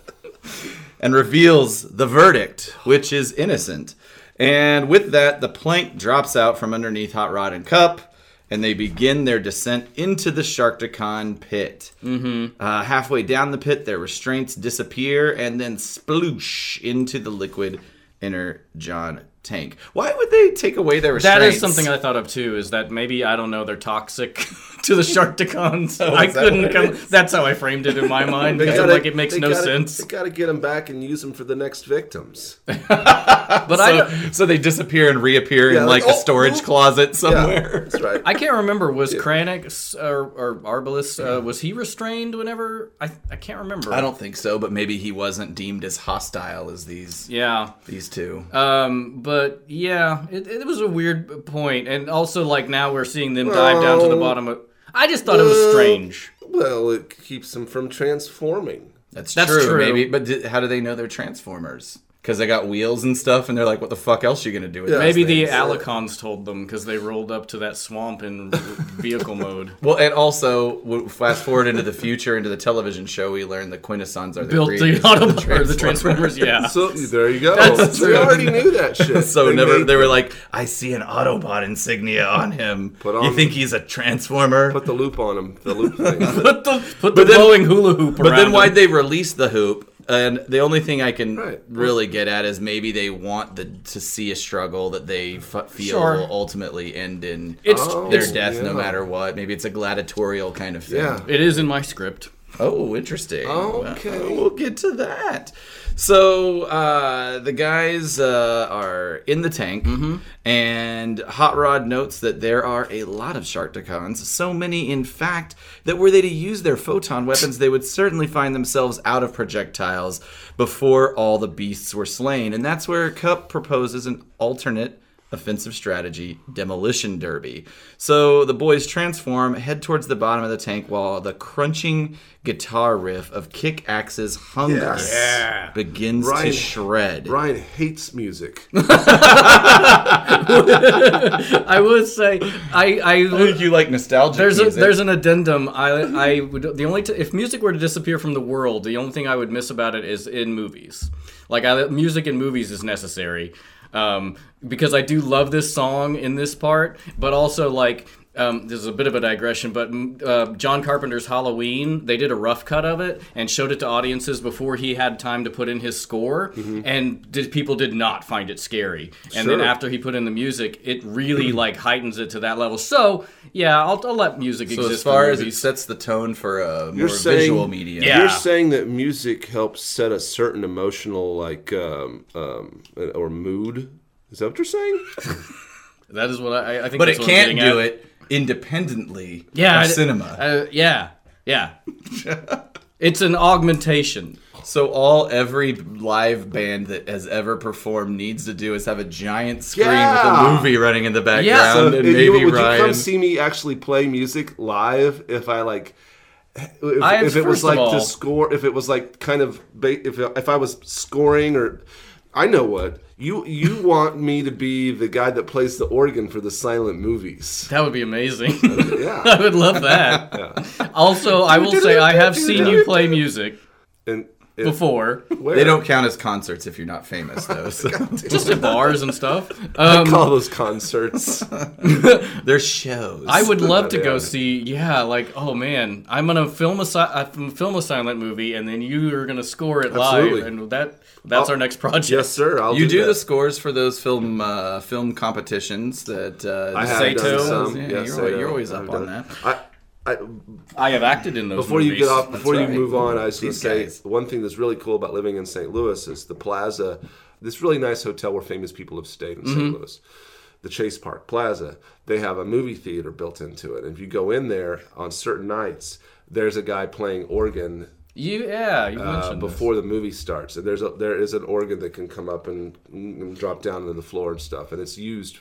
[SPEAKER 2] and reveals the verdict, which is innocent. And with that, the plank drops out from underneath Hot Rod and Cup, and they begin their descent into the Sharkticon pit. Mm-hmm. Uh, halfway down the pit, their restraints disappear and then sploosh into the liquid inner John tank. Why would they take away their restraints?
[SPEAKER 1] That is something I thought of too. Is that maybe I don't know? They're toxic to the Sharkticons. I
[SPEAKER 2] is that what
[SPEAKER 1] couldn't
[SPEAKER 2] it
[SPEAKER 1] come. That's how I framed it in my mind because I'm like it makes
[SPEAKER 5] they
[SPEAKER 1] no
[SPEAKER 5] gotta-
[SPEAKER 1] sense.
[SPEAKER 5] They gotta get them back and use them for the next victims.
[SPEAKER 1] But I don't-
[SPEAKER 2] So, so they disappear and reappear
[SPEAKER 5] Yeah,
[SPEAKER 2] in
[SPEAKER 5] like,
[SPEAKER 2] like,
[SPEAKER 5] oh,
[SPEAKER 2] a storage
[SPEAKER 5] oh.
[SPEAKER 2] closet
[SPEAKER 5] Yeah,
[SPEAKER 2] somewhere.
[SPEAKER 5] that's right.
[SPEAKER 1] I can't remember was Kranich s- or, or Arbalest uh, was he restrained whenever I I can't remember.
[SPEAKER 2] I don't think so, but maybe he wasn't deemed as hostile as these
[SPEAKER 1] Yeah.
[SPEAKER 2] these two.
[SPEAKER 1] Um. But yeah, it, it was a weird point, and also like now we're seeing them dive down to the
[SPEAKER 5] Well-
[SPEAKER 1] bottom of. I just thought it was strange.
[SPEAKER 5] Well, it keeps them from transforming.
[SPEAKER 2] That's,
[SPEAKER 1] That's
[SPEAKER 2] true,
[SPEAKER 1] true.
[SPEAKER 2] Maybe, but d how do they know they're Transformers? Because they got wheels and stuff, and they're like, "What the fuck else are you gonna do with
[SPEAKER 5] Yeah.
[SPEAKER 2] that?"
[SPEAKER 1] Maybe the
[SPEAKER 5] things.
[SPEAKER 1] Alicons told them because they rolled up to that swamp in vehicle mode.
[SPEAKER 2] Well, and also w- fast forward into the future, into the television show, we learned that Quintessons are the
[SPEAKER 1] Built the
[SPEAKER 2] creators of
[SPEAKER 1] Autobots or the Transformers, yeah.
[SPEAKER 5] So there you go.
[SPEAKER 2] That's
[SPEAKER 5] they
[SPEAKER 2] true.
[SPEAKER 5] already knew that shit.
[SPEAKER 2] So
[SPEAKER 5] They
[SPEAKER 2] never,
[SPEAKER 5] made-
[SPEAKER 2] they were like, "I see an Autobot insignia on him.
[SPEAKER 5] Put on-
[SPEAKER 2] you think he's a Transformer?"
[SPEAKER 5] put the loop on them. The loop thing.
[SPEAKER 1] Put the put the
[SPEAKER 2] then-
[SPEAKER 1] blowing hula hoop
[SPEAKER 2] But
[SPEAKER 1] around.
[SPEAKER 2] then why'd
[SPEAKER 1] him.
[SPEAKER 2] they release the hoop? And the only thing I can
[SPEAKER 5] Right.
[SPEAKER 2] really get at is maybe they want the to see a struggle that they f- feel
[SPEAKER 1] Sure.
[SPEAKER 2] will ultimately end in
[SPEAKER 1] It's
[SPEAKER 5] Oh.
[SPEAKER 2] their
[SPEAKER 1] it's
[SPEAKER 2] death, no
[SPEAKER 5] yeah.
[SPEAKER 2] matter what. Maybe it's a gladiatorial kind of thing.
[SPEAKER 5] yeah.
[SPEAKER 1] it is in my script.
[SPEAKER 2] Oh, interesting.
[SPEAKER 5] Okay.
[SPEAKER 2] Well, we'll get to that. So uh, the guys uh, are in the tank, and Hot Rod notes that there are a lot of Sharktacons. So many, in fact, that were they to use their photon weapons, they would certainly find themselves out of projectiles before all the beasts were slain. And that's where Cup proposes an alternate offensive strategy demolition derby. So the boys transform, head towards the bottom of the tank while the crunching guitar riff of Kick Axe's Hunger
[SPEAKER 5] Yes.
[SPEAKER 2] begins to
[SPEAKER 5] Ryan-
[SPEAKER 2] shred.
[SPEAKER 5] Ryan hates music.
[SPEAKER 1] I would say I I
[SPEAKER 2] You like nostalgia.
[SPEAKER 1] There's a,
[SPEAKER 2] music.
[SPEAKER 1] there's an addendum. I I would the only t- if music were to disappear from the world, the only thing I would miss about it is in movies. Like I, music in movies is necessary um, because I do love this song in this part, but also like. Um, this is a bit of a digression, but mm, uh, John Carpenter's Halloween, they did a rough cut of it and showed it to audiences before he had time to put in his score, and did, people did not find it scary. And then
[SPEAKER 5] Sure.
[SPEAKER 1] after he put in the music, it really like heightens it to that level. So yeah, I'll, I'll let music
[SPEAKER 2] so
[SPEAKER 1] exist.
[SPEAKER 2] as far
[SPEAKER 1] in
[SPEAKER 2] as it
[SPEAKER 1] movies.
[SPEAKER 2] sets the tone for a more
[SPEAKER 5] You're saying-
[SPEAKER 2] visual medium.
[SPEAKER 1] Yeah.
[SPEAKER 5] You're saying that music helps set a certain emotional, like, um, um, or mood. Is that what you're saying?
[SPEAKER 1] that is what I, I think.
[SPEAKER 2] But
[SPEAKER 1] that's
[SPEAKER 2] it
[SPEAKER 1] what I'm
[SPEAKER 2] can't
[SPEAKER 1] getting
[SPEAKER 2] do
[SPEAKER 1] at.
[SPEAKER 2] it independently
[SPEAKER 1] Yeah,
[SPEAKER 2] of
[SPEAKER 1] I-
[SPEAKER 2] cinema.
[SPEAKER 1] Uh, yeah, yeah. it's an augmentation.
[SPEAKER 2] So all every live band that has ever performed needs to do is have a giant screen
[SPEAKER 5] Yeah.
[SPEAKER 2] with a movie running in the background,
[SPEAKER 1] Yeah. So
[SPEAKER 2] and
[SPEAKER 5] If
[SPEAKER 2] maybe
[SPEAKER 5] you- would
[SPEAKER 2] Ryan.
[SPEAKER 5] you come see me actually play music live if I like? If,
[SPEAKER 1] I-
[SPEAKER 5] if it
[SPEAKER 1] first
[SPEAKER 5] was
[SPEAKER 1] of
[SPEAKER 5] like
[SPEAKER 1] all-
[SPEAKER 5] to score, if it was like kind of ba- if if I was scoring or, I know what you you want me to be the guy that plays the organ for the silent movies.
[SPEAKER 1] That would be amazing. I
[SPEAKER 5] Yeah,
[SPEAKER 1] would love that. Also, I will say I have seen you play music
[SPEAKER 5] and if-
[SPEAKER 1] before,
[SPEAKER 5] where?
[SPEAKER 2] they don't count as concerts if you're not famous, though. So
[SPEAKER 1] just at bars and stuff.
[SPEAKER 5] I
[SPEAKER 1] Um,
[SPEAKER 5] call those concerts.
[SPEAKER 2] they're shows.
[SPEAKER 1] I would love to go
[SPEAKER 5] Yeah.
[SPEAKER 1] see. Yeah, like oh man, I'm gonna film a si- I'm gonna film a silent movie, and then you are gonna score it live,
[SPEAKER 5] Absolutely.
[SPEAKER 1] and that that's
[SPEAKER 5] I'll-
[SPEAKER 1] our next project.
[SPEAKER 5] yes, sir. I'll
[SPEAKER 2] You do
[SPEAKER 5] that.
[SPEAKER 2] the scores for those film uh, film competitions that uh,
[SPEAKER 5] I
[SPEAKER 2] the
[SPEAKER 5] have
[SPEAKER 1] Saito.
[SPEAKER 5] done
[SPEAKER 2] Saito-
[SPEAKER 5] some.
[SPEAKER 2] Yeah,
[SPEAKER 5] Yes,
[SPEAKER 2] you're,
[SPEAKER 5] I
[SPEAKER 2] always-
[SPEAKER 5] know.
[SPEAKER 2] you're always
[SPEAKER 5] I've
[SPEAKER 2] up on
[SPEAKER 5] done
[SPEAKER 2] that.
[SPEAKER 5] it. I, I,
[SPEAKER 1] I have acted in those.
[SPEAKER 5] Before you get
[SPEAKER 1] movies.
[SPEAKER 5] off, before
[SPEAKER 2] right.
[SPEAKER 5] you move on, I was going to
[SPEAKER 2] These
[SPEAKER 5] say
[SPEAKER 2] guys.
[SPEAKER 5] one thing that's really cool about living in St. Louis is the Plaza, this really nice hotel where famous people have stayed in St. Louis, the Chase Park Plaza. They have a movie theater built into it, and if you go in there on certain nights, there's a guy playing organ.
[SPEAKER 1] You yeah, you
[SPEAKER 5] Uh,
[SPEAKER 1] mentioned before.
[SPEAKER 5] before the movie starts, and there's a, there is an organ that can come up and, and drop down to the floor and stuff, and it's used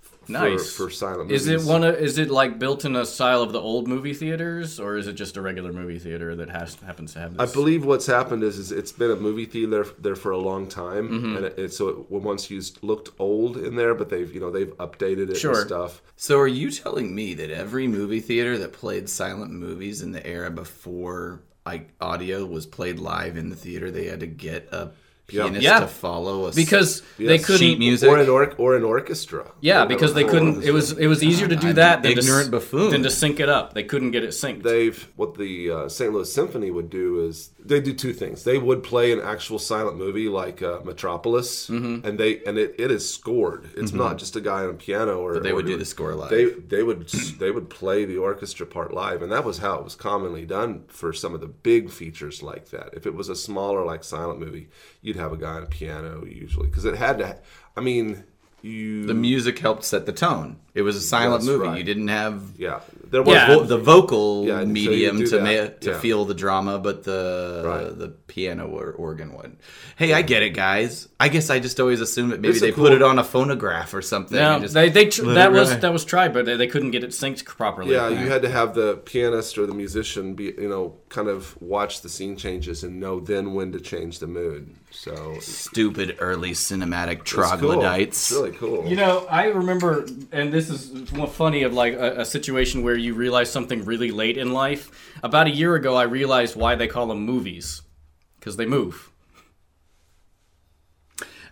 [SPEAKER 5] for,
[SPEAKER 1] Nice.
[SPEAKER 5] for silent.
[SPEAKER 1] Is it
[SPEAKER 5] movies.
[SPEAKER 1] one? Of, is it like built in a style of the old movie theaters, or is it just a regular movie theater that has happens to have
[SPEAKER 5] I
[SPEAKER 1] this?
[SPEAKER 5] believe what's happened is, is it's been a movie theater there for a long time,
[SPEAKER 1] Mm-hmm.
[SPEAKER 5] and it, it, so it once used looked old in there, but they've you know they've updated it
[SPEAKER 1] Sure.
[SPEAKER 5] and stuff.
[SPEAKER 2] So are you telling me that every movie theater that played silent movies in the era before like audio was played live in the theater, they had to get a pianist
[SPEAKER 1] Yeah.
[SPEAKER 2] to follow a s-
[SPEAKER 1] because they
[SPEAKER 5] Yes.
[SPEAKER 1] couldn't.
[SPEAKER 2] sheet music?
[SPEAKER 5] Or an or, or an orchestra.
[SPEAKER 1] Yeah,
[SPEAKER 5] That
[SPEAKER 1] because
[SPEAKER 5] was
[SPEAKER 1] they
[SPEAKER 5] cool.
[SPEAKER 1] couldn't. It was it was easier to do that than
[SPEAKER 2] ignorant
[SPEAKER 1] to, s-
[SPEAKER 2] buffoon.
[SPEAKER 1] than to sync it up. They couldn't get it synced.
[SPEAKER 5] They've what the uh, St. Louis Symphony would do is they do two things. They would play an actual silent movie like uh, Metropolis,
[SPEAKER 1] Mm-hmm.
[SPEAKER 5] and they and it, it is scored. It's not just a guy on a piano or
[SPEAKER 2] they
[SPEAKER 5] or
[SPEAKER 2] would do
[SPEAKER 5] doing-
[SPEAKER 2] the score live.
[SPEAKER 5] They they would they would play the orchestra part live, and that was how it was commonly done for some of the big features like that. If it was a smaller like silent movie, you'd have a guy on a piano usually because it had to. I mean, you
[SPEAKER 2] The music helped set the tone. It was a silent
[SPEAKER 5] That's
[SPEAKER 2] movie.
[SPEAKER 5] right.
[SPEAKER 2] You didn't have
[SPEAKER 5] yeah there was
[SPEAKER 1] Yeah.
[SPEAKER 2] vo- the vocal
[SPEAKER 5] Yeah, and so you
[SPEAKER 2] medium
[SPEAKER 5] do
[SPEAKER 2] to ma-
[SPEAKER 5] that.
[SPEAKER 2] to
[SPEAKER 5] Yeah.
[SPEAKER 2] feel the drama, but the
[SPEAKER 5] Right.
[SPEAKER 2] the piano or organ one. Hey, I get it, guys. I guess I just always assumed that maybe
[SPEAKER 5] It's a
[SPEAKER 2] they
[SPEAKER 5] cool-
[SPEAKER 2] put it on a phonograph or something.
[SPEAKER 1] No,
[SPEAKER 2] and just
[SPEAKER 1] they, they tr-
[SPEAKER 2] let
[SPEAKER 1] that
[SPEAKER 2] it
[SPEAKER 1] was
[SPEAKER 2] ride.
[SPEAKER 1] that was tried, but they, they couldn't get it synced properly.
[SPEAKER 5] yeah you had to have the pianist or the musician be you know kind of watch the scene changes and know then when to change the mood so it's
[SPEAKER 2] stupid early cinematic
[SPEAKER 5] cool.
[SPEAKER 2] troglodytes.
[SPEAKER 5] it's really cool
[SPEAKER 1] You know, I remember, and this is one funny of like a, a situation where you realize something really late in life. About a year ago, I realized why they call them movies because they move.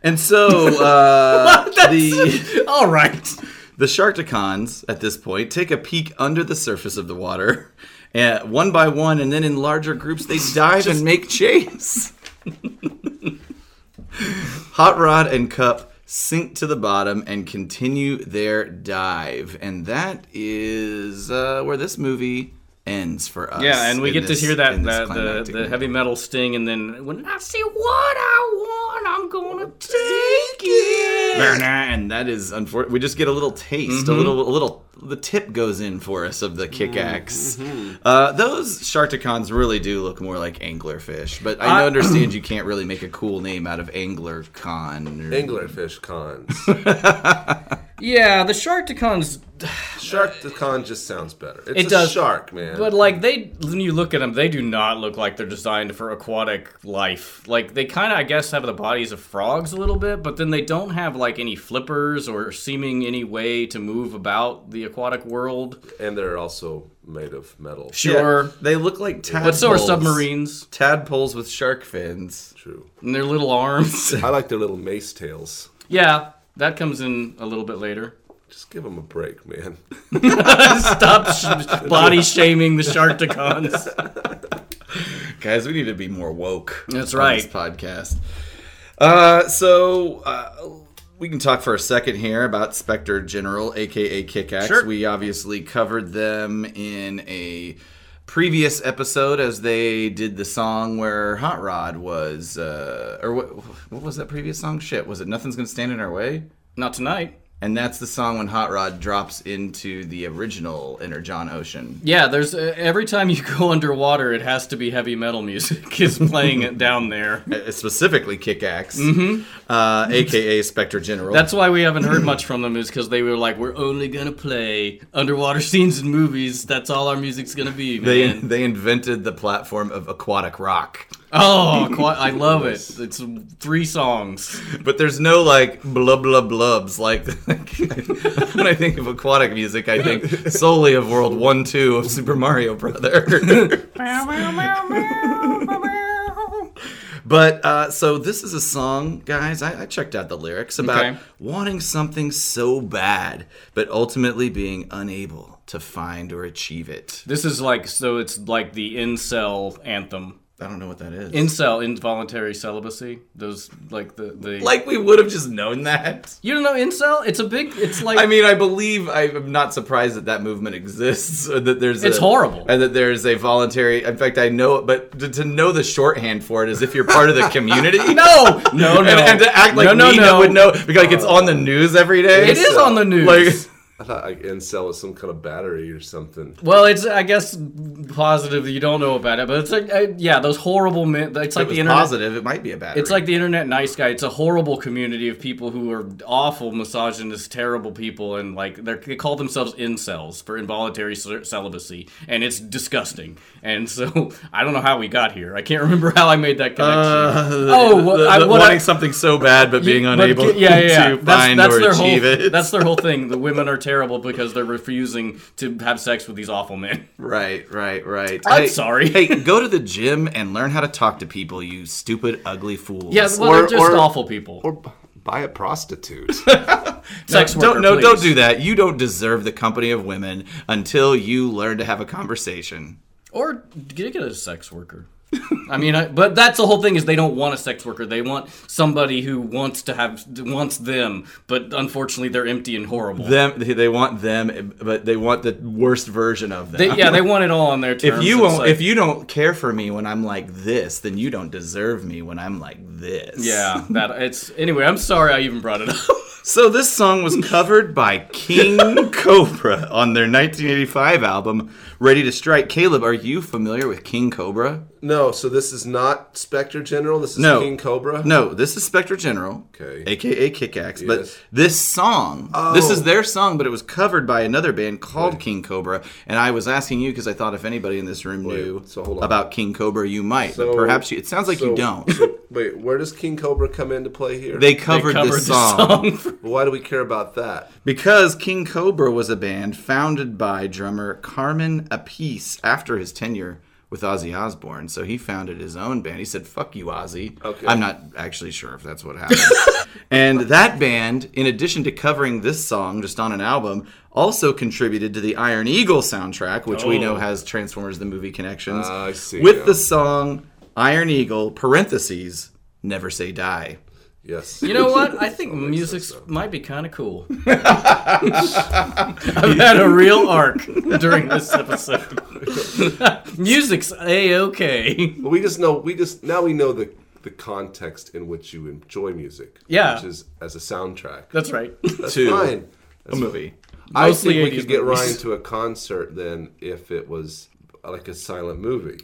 [SPEAKER 2] And so uh, the
[SPEAKER 1] All right.
[SPEAKER 2] the Sharktacons at this point take a peek under the surface of the water, uh, one by one, and then in larger groups they dive and make chase. Hot Rod and Cup sink to the bottom and continue their dive, and that is uh, where this movie ends for us.
[SPEAKER 1] Yeah, and we
[SPEAKER 2] in
[SPEAKER 1] get
[SPEAKER 2] this-
[SPEAKER 1] to hear that,
[SPEAKER 2] in this
[SPEAKER 1] that the,
[SPEAKER 2] climactic
[SPEAKER 1] the
[SPEAKER 2] moment.
[SPEAKER 1] heavy metal sting, and then when I see what I want, I'm gonna take it.
[SPEAKER 2] and that is unfortunate. We just get a little taste, a little, a little. The tip goes in for us of the kick axe. Uh, those Sharktacons really do look more like anglerfish, but I
[SPEAKER 1] I-
[SPEAKER 2] understand you can't really make a cool name out of anglercon. Or,
[SPEAKER 5] anglerfish cons
[SPEAKER 1] Yeah, the Sharktacons,
[SPEAKER 5] shark the con just sounds better it's
[SPEAKER 1] It
[SPEAKER 5] a
[SPEAKER 1] does.
[SPEAKER 5] shark man
[SPEAKER 1] but like they, when you look at them, they do not look like they're designed for aquatic life. Like they kind of, I guess, have the bodies of frogs a little bit, but then they don't have like any flippers or seeming any way to move about the aquatic world.
[SPEAKER 5] and they're also made of metal
[SPEAKER 2] Yeah,
[SPEAKER 1] Sure,
[SPEAKER 2] they look like tadpoles.
[SPEAKER 1] but so are submarines
[SPEAKER 2] Tadpoles with shark fins.
[SPEAKER 5] true
[SPEAKER 1] and their little arms.
[SPEAKER 5] i like their little mace tails
[SPEAKER 1] yeah, that comes in a little bit later.
[SPEAKER 5] just give them a break man
[SPEAKER 1] Stop sh- body shaming the Sharktacons.
[SPEAKER 2] Guys, we need to be more woke.
[SPEAKER 1] That's
[SPEAKER 2] on
[SPEAKER 1] right.
[SPEAKER 2] This podcast. Uh, so uh, we can talk for a second here about Spectre General, aka Kickaxe.
[SPEAKER 1] Sure.
[SPEAKER 2] We obviously covered them in a previous episode as they did the song where Hot Rod was, uh, or what, what was that previous song? Shit, was it Nothing's Gonna Stand in Our Way?
[SPEAKER 1] Not tonight.
[SPEAKER 2] And that's the song when Hot Rod drops into the original Inner John Ocean.
[SPEAKER 1] Yeah, there's uh, every time you go underwater, it has to be heavy metal music is playing it down there.
[SPEAKER 2] Uh, Specifically, Kickaxe, uh, aka Spectre General.
[SPEAKER 1] Mm-hmm. That's why we haven't heard much from them is because they were like, we're only gonna play underwater scenes in movies. That's all our music's gonna be,
[SPEAKER 2] They
[SPEAKER 1] man.
[SPEAKER 2] they invented the platform of aquatic rock.
[SPEAKER 1] oh, qu- I love it. It's three songs.
[SPEAKER 2] But there's no like blub blub blubs like when I think of aquatic music, I think solely of World One Two of Super Mario Brother. but uh, so this is a song, guys. I, I checked out the lyrics about
[SPEAKER 1] Okay.
[SPEAKER 2] wanting something so bad, but ultimately being unable to find or achieve it.
[SPEAKER 1] This is like so. It's like the incel anthem.
[SPEAKER 2] I don't know what that is.
[SPEAKER 1] Incel, involuntary celibacy. Those like the the
[SPEAKER 2] like we would have just known that.
[SPEAKER 1] you don't know incel. It's a big. It's like
[SPEAKER 2] I mean, I believe I'm not surprised that that movement exists. Or that there's
[SPEAKER 1] It's
[SPEAKER 2] a-
[SPEAKER 1] horrible.
[SPEAKER 2] and that there's a voluntary. In fact, I know it, but to, to know the shorthand for it is if you're part of the community.
[SPEAKER 1] No, no, no,
[SPEAKER 2] and, and to act like
[SPEAKER 1] no, no,
[SPEAKER 2] we
[SPEAKER 1] no.
[SPEAKER 2] would know because like it's on the news every day.
[SPEAKER 1] It is on the news.
[SPEAKER 2] Like,
[SPEAKER 5] i thought like incel was some kind of battery or something
[SPEAKER 1] well, it's I guess positive that you don't know about it, but it's like uh, yeah, those horrible men. It's like
[SPEAKER 2] if
[SPEAKER 1] the
[SPEAKER 2] it's
[SPEAKER 1] internet.
[SPEAKER 2] positive. It might be a bad.
[SPEAKER 1] It's like the internet nice guy. It's a horrible community of people who are awful, misogynist, terrible people, and like they're, they call themselves incels for involuntary ce- celibacy, and it's disgusting. And so I don't know how we got here. I can't remember how I made that connection. oh, what,
[SPEAKER 2] Uh, the,
[SPEAKER 1] I,
[SPEAKER 2] the
[SPEAKER 1] what I-
[SPEAKER 2] wanting something so bad but being
[SPEAKER 1] But
[SPEAKER 2] unable
[SPEAKER 1] ki- yeah, yeah, yeah.
[SPEAKER 2] to
[SPEAKER 1] That's-
[SPEAKER 2] find
[SPEAKER 1] that's
[SPEAKER 2] or
[SPEAKER 1] their
[SPEAKER 2] achieve
[SPEAKER 1] whole,
[SPEAKER 2] it.
[SPEAKER 1] That's their whole thing. The women are terrible because they're refusing to have sex with these awful men.
[SPEAKER 2] Right, right, right.
[SPEAKER 1] I'm
[SPEAKER 2] Hey-
[SPEAKER 1] sorry.
[SPEAKER 2] hey, go to the gym and learn how to talk to people, you stupid, ugly fools.
[SPEAKER 1] Yeah, well,
[SPEAKER 5] Or-
[SPEAKER 1] they're just
[SPEAKER 5] or-
[SPEAKER 1] awful people.
[SPEAKER 5] or b- buy a prostitute
[SPEAKER 1] Sex
[SPEAKER 2] don't
[SPEAKER 1] worker,
[SPEAKER 2] no, don't
[SPEAKER 1] please.
[SPEAKER 2] do that. You don't deserve the company of women until you learn to have a conversation.
[SPEAKER 1] Or get get a sex worker. I mean, I, but that's the whole thing is they don't want a sex worker. They want somebody who wants to have wants them, but unfortunately they're empty and horrible.
[SPEAKER 2] Them, they want them, but they want the worst version of them.
[SPEAKER 1] They- yeah, they want it all on their terms.
[SPEAKER 2] if you
[SPEAKER 1] It's
[SPEAKER 2] won't,
[SPEAKER 1] like-
[SPEAKER 2] if you don't care for me when I'm like this, then you don't deserve me when I'm like this.
[SPEAKER 1] yeah, that it's anyway. I'm sorry I even brought it up.
[SPEAKER 2] So this song was covered by King Cobra on their 1985 album Ready to Strike. Caleb, are you familiar with King Cobra?
[SPEAKER 5] No, so this is not Spectre General. This is
[SPEAKER 2] No.
[SPEAKER 5] King Cobra.
[SPEAKER 2] No, this is Spectre General,
[SPEAKER 5] Okay.
[SPEAKER 2] aka Kickaxe.
[SPEAKER 5] Yes. Oh.
[SPEAKER 2] But this song, this is their song, but it was covered by another band called King Cobra. And I was asking you because I thought if anybody in this room knew
[SPEAKER 5] so hold on.
[SPEAKER 2] about King Cobra, you might.
[SPEAKER 5] So-
[SPEAKER 2] but perhaps you, it sounds like
[SPEAKER 5] so-
[SPEAKER 2] you don't.
[SPEAKER 5] so- wait, where does King Cobra come into play here?
[SPEAKER 2] They covered,
[SPEAKER 1] covered
[SPEAKER 2] this song
[SPEAKER 1] the song.
[SPEAKER 5] Why do we care about that?
[SPEAKER 2] because King Cobra was a band founded by drummer Carmen Apice after his tenure with Ozzy Osbourne. So he founded his own band. He said, "Fuck you, Ozzy."
[SPEAKER 5] Okay.
[SPEAKER 2] I'm not actually sure if that's what happened. and that band, in addition to covering this song just on an album, also contributed to the Iron Eagle soundtrack, which we know has Transformers the movie connections.
[SPEAKER 5] Ah, Oh. I see,
[SPEAKER 2] With
[SPEAKER 5] yeah.
[SPEAKER 2] the song Iron Eagle (parentheses Never Say Die).
[SPEAKER 5] Yes.
[SPEAKER 1] You know what? I think music might be kind of cool. I've had a real arc during this episode. Music's a okay.
[SPEAKER 5] Well, we just know we just now we know the the context in which you enjoy music.
[SPEAKER 1] Yeah.
[SPEAKER 5] Which is as a soundtrack.
[SPEAKER 1] That's right.
[SPEAKER 5] That's
[SPEAKER 2] Two.
[SPEAKER 5] fine.
[SPEAKER 2] A movie.
[SPEAKER 5] I
[SPEAKER 1] Mostly
[SPEAKER 5] think we
[SPEAKER 1] 80s
[SPEAKER 5] could get
[SPEAKER 1] movies.
[SPEAKER 5] Ryan to a concert then if it was like a silent movie.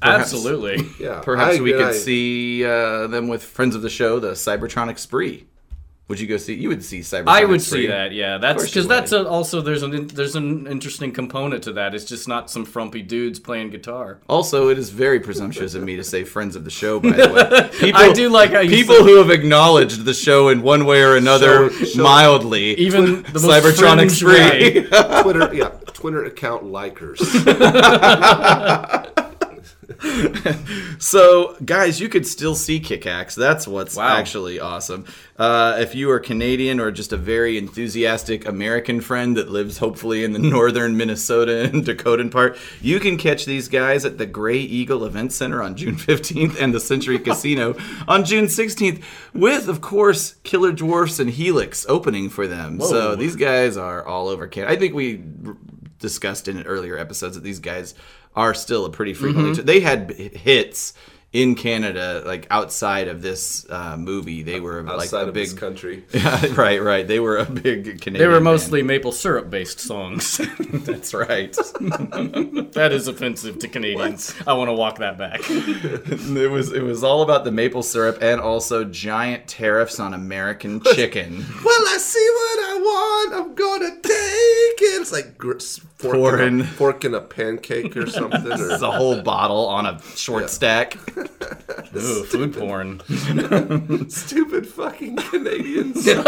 [SPEAKER 1] Absolutely.
[SPEAKER 5] Yeah.
[SPEAKER 2] Perhaps
[SPEAKER 5] I-
[SPEAKER 2] we could
[SPEAKER 5] I-
[SPEAKER 2] see uh, them with friends of the show, the Cybertronic Spree. Would you go see? You would see Cybertronic.
[SPEAKER 1] I would
[SPEAKER 2] Spree.
[SPEAKER 1] see that. Yeah, that's
[SPEAKER 2] course you
[SPEAKER 1] because that's a, also there's an in- there's an interesting component to that. It's just not some frumpy dudes playing guitar.
[SPEAKER 2] Also, it is very presumptuous of me to say friends of the show. By the way, people,
[SPEAKER 1] I do like how you
[SPEAKER 2] people
[SPEAKER 1] said-
[SPEAKER 2] who have acknowledged the show in one way or another
[SPEAKER 5] Show- show-
[SPEAKER 2] mildly.
[SPEAKER 1] Even the most
[SPEAKER 2] Cybertronic
[SPEAKER 1] fringe way.
[SPEAKER 2] Spree.
[SPEAKER 5] Twitter, yeah, Twitter account likers.
[SPEAKER 2] So, guys, you could still see Kickaxe. That's what's
[SPEAKER 1] Wow.
[SPEAKER 2] actually awesome. Uh, if you are Canadian or just a very enthusiastic American friend that lives hopefully in the northern Minnesota and Dakotan part, you can catch these guys at the Gray Eagle Event Center on June 15th and the Century Casino on June 16th, with, of course, Killer Dwarfs and Helix opening for them. So, these guys are all over Canada. I think we r- discussed in earlier episodes that these guys are still a pretty frequently.
[SPEAKER 5] Mm-hmm.
[SPEAKER 2] They had b- hits in Canada, like outside of this uh, movie. They were like
[SPEAKER 5] outside
[SPEAKER 2] a
[SPEAKER 5] of
[SPEAKER 2] big
[SPEAKER 5] this country.
[SPEAKER 2] Yeah, right, right. They were a big Canadian.
[SPEAKER 1] They were
[SPEAKER 2] band.
[SPEAKER 1] mostly maple syrup based songs.
[SPEAKER 2] That's right.
[SPEAKER 1] that is offensive to Canadians. I want to walk that back.
[SPEAKER 2] it was it was all about the maple syrup and also giant tariffs on American chicken.
[SPEAKER 5] Well, I see what I want. I'm gonna take it. It's like gr- s- fork, in
[SPEAKER 2] Pouring.
[SPEAKER 5] a, fork in a pancake or something. Or,
[SPEAKER 2] It's a whole bottle on a short stack.
[SPEAKER 1] Ooh, food porn.
[SPEAKER 5] stupid fucking Canadians.
[SPEAKER 2] Wait,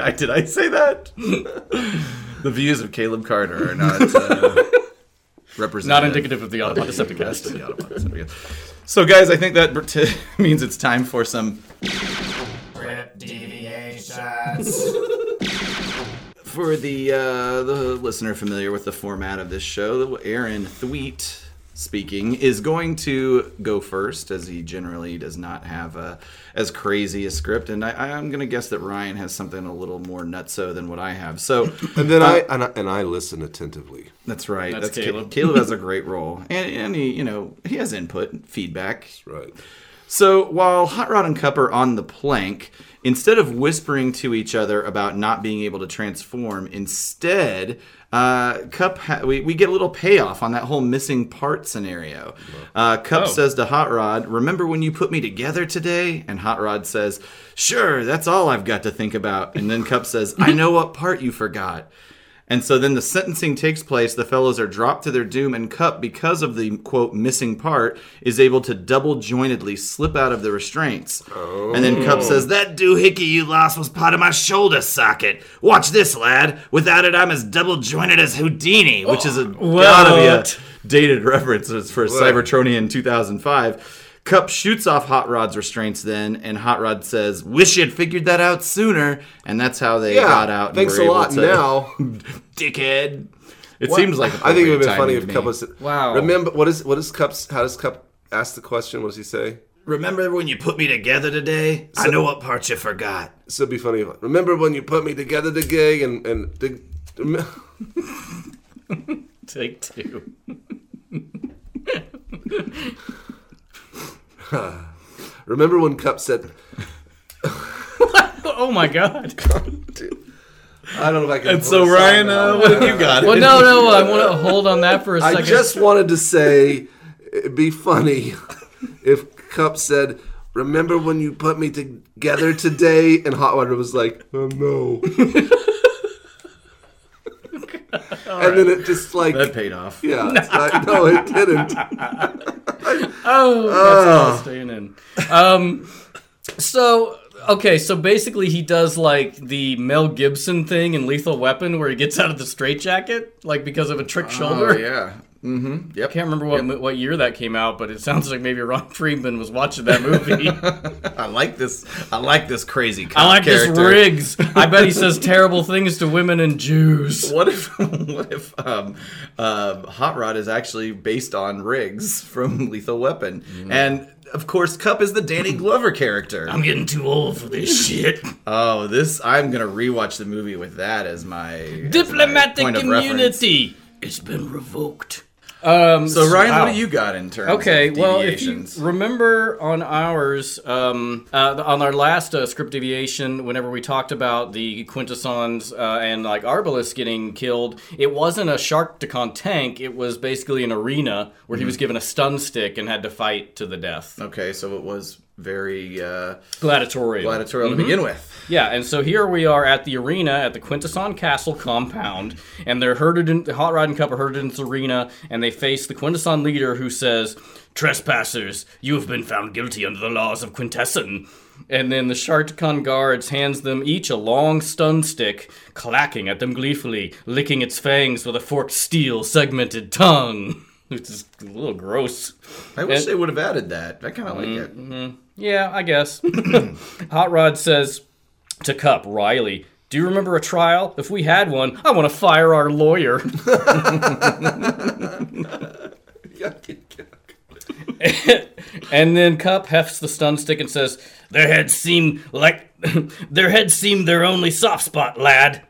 [SPEAKER 2] I, did I say that? the views of Caleb Carter are not uh, representative.
[SPEAKER 1] Not indicative of the Autodecepticon.
[SPEAKER 2] Yes, the Autobots. There we go. So, guys, I think that br- t- means it's time for some. For the uh, the listener familiar with the format of this show, Aaron Thweet speaking is going to go first, as he generally does not have a, as crazy a script, and I, I'm going to guess that Ryan has something a little more nutso than what I have. So
[SPEAKER 5] and then I and, I and I listen attentively.
[SPEAKER 2] that's right.
[SPEAKER 1] That's
[SPEAKER 2] Ca-
[SPEAKER 1] Caleb.
[SPEAKER 2] Caleb has a great role, and and he you know he has input, and feedback,
[SPEAKER 5] Right.
[SPEAKER 2] so while Hot Rod and Cup are on the plank, instead of whispering to each other about not being able to transform, instead, uh, Cup ha- we, we get a little payoff on that whole missing part scenario. Uh, Cup
[SPEAKER 1] Oh.
[SPEAKER 2] says to Hot Rod, "Remember when you put me together today?" And Hot Rod says, "Sure, that's all I've got to think about." And then Cup says, "I know what part you forgot." And so then the sentencing takes place. The fellows are dropped to their doom, and Cup, because of the quote missing part, is able to double jointedly slip out of the restraints. And then Cup
[SPEAKER 5] Oh.
[SPEAKER 2] says, That doohickey you lost was part of my shoulder socket. Watch this, lad. Without it, I'm as double jointed as Houdini, which is a
[SPEAKER 5] Oh,
[SPEAKER 2] gotta be
[SPEAKER 1] what?
[SPEAKER 2] a dated reference It's for Cybertronian 2005. Cup shoots off Hot Rod's restraints then, and Hot Rod says, Wish you'd figured that out sooner. And that's how they
[SPEAKER 5] Yeah.
[SPEAKER 2] got out. and
[SPEAKER 5] thanks
[SPEAKER 2] were
[SPEAKER 5] a
[SPEAKER 2] able
[SPEAKER 5] lot.
[SPEAKER 2] to-
[SPEAKER 5] Now
[SPEAKER 2] dickhead. It seems like
[SPEAKER 5] I think it would have been funny
[SPEAKER 2] timing
[SPEAKER 5] if
[SPEAKER 2] to
[SPEAKER 5] Cup
[SPEAKER 2] me.
[SPEAKER 5] was.
[SPEAKER 1] Wow.
[SPEAKER 5] Remember what is what is Cup's? How does Cup ask the question? What does he say?
[SPEAKER 2] Remember when you put me together today? I know what part you forgot.
[SPEAKER 5] So it'd be funny. if- Remember when you put me together the gig and and the,
[SPEAKER 1] Take two.
[SPEAKER 5] remember when Cup said
[SPEAKER 1] oh my god.
[SPEAKER 5] I don't know if I can.
[SPEAKER 2] And so Ryan, uh, what have you got?
[SPEAKER 1] Well, no, no. I want to hold on that for a second.
[SPEAKER 5] I just wanted to say, it'd be funny if Cup said, "Remember when you put me together today?" And Hot Water was like, "Oh no." and then it just like
[SPEAKER 2] That paid off.
[SPEAKER 5] yeah, it's like, no, it didn't.
[SPEAKER 1] Oh, that's all staying in. Um, so okay, so basically he does like the Mel Gibson thing in Lethal Weapon, where he gets out of the straitjacket, like because of a trick shoulder.
[SPEAKER 2] Oh yeah. Mm-hmm. Yep.
[SPEAKER 1] I can't remember what what year that came out, but it sounds like maybe Ron Friedman was watching that movie.
[SPEAKER 2] I like this. I like this crazy. Cop
[SPEAKER 1] I like
[SPEAKER 2] character.
[SPEAKER 1] this Riggs. I bet he says terrible things to women and Jews.
[SPEAKER 2] What if what if um, um, Hot Rod is actually based on Riggs from Lethal Weapon, and of course Cup is the Danny Glover character.
[SPEAKER 1] Mm-hmm. I'm getting too old for this shit.
[SPEAKER 2] oh, this I'm gonna rewatch the movie with that as my as my
[SPEAKER 1] Diplomatic
[SPEAKER 2] point of reference.
[SPEAKER 1] immunity. It's been revoked. Um,
[SPEAKER 2] So Ryan, what
[SPEAKER 1] wow.
[SPEAKER 2] do you got in terms?
[SPEAKER 1] Okay,
[SPEAKER 2] of
[SPEAKER 1] well, if you
[SPEAKER 2] deviations?
[SPEAKER 1] remember on ours, um, uh, on our last uh, script deviation, whenever we talked about the Quintessons uh, and like Arbalest getting killed, it wasn't a shark decon tank. It was basically an arena where he was given a stun stick and had to fight to the death.
[SPEAKER 2] okay, so it was very uh,
[SPEAKER 1] Gladiatorial.
[SPEAKER 2] gladiatorial
[SPEAKER 1] Mm-hmm.
[SPEAKER 2] to begin with.
[SPEAKER 1] Yeah, and so here we are at the arena at the Quintesson Castle compound, and they're herded in Hot Rod and Cup are herded into the arena, and they face the Quintesson leader who says, "Trespassers, you have been found guilty under the laws of Quintesson." And then the Sharkticon guards hands them each a long stun stick, clacking at them gleefully, licking its fangs with a forked steel segmented tongue. Which is a little gross.
[SPEAKER 2] I wish they would have added that. I kind of like it.
[SPEAKER 1] Mm-hmm. Yeah, I guess. Hot Rod says to Cup, Riley, do you remember a trial? If we had one, I want to fire our lawyer. and then Cup hefts the stun stick and says, Their heads seem like. their heads seem their only soft spot, lad.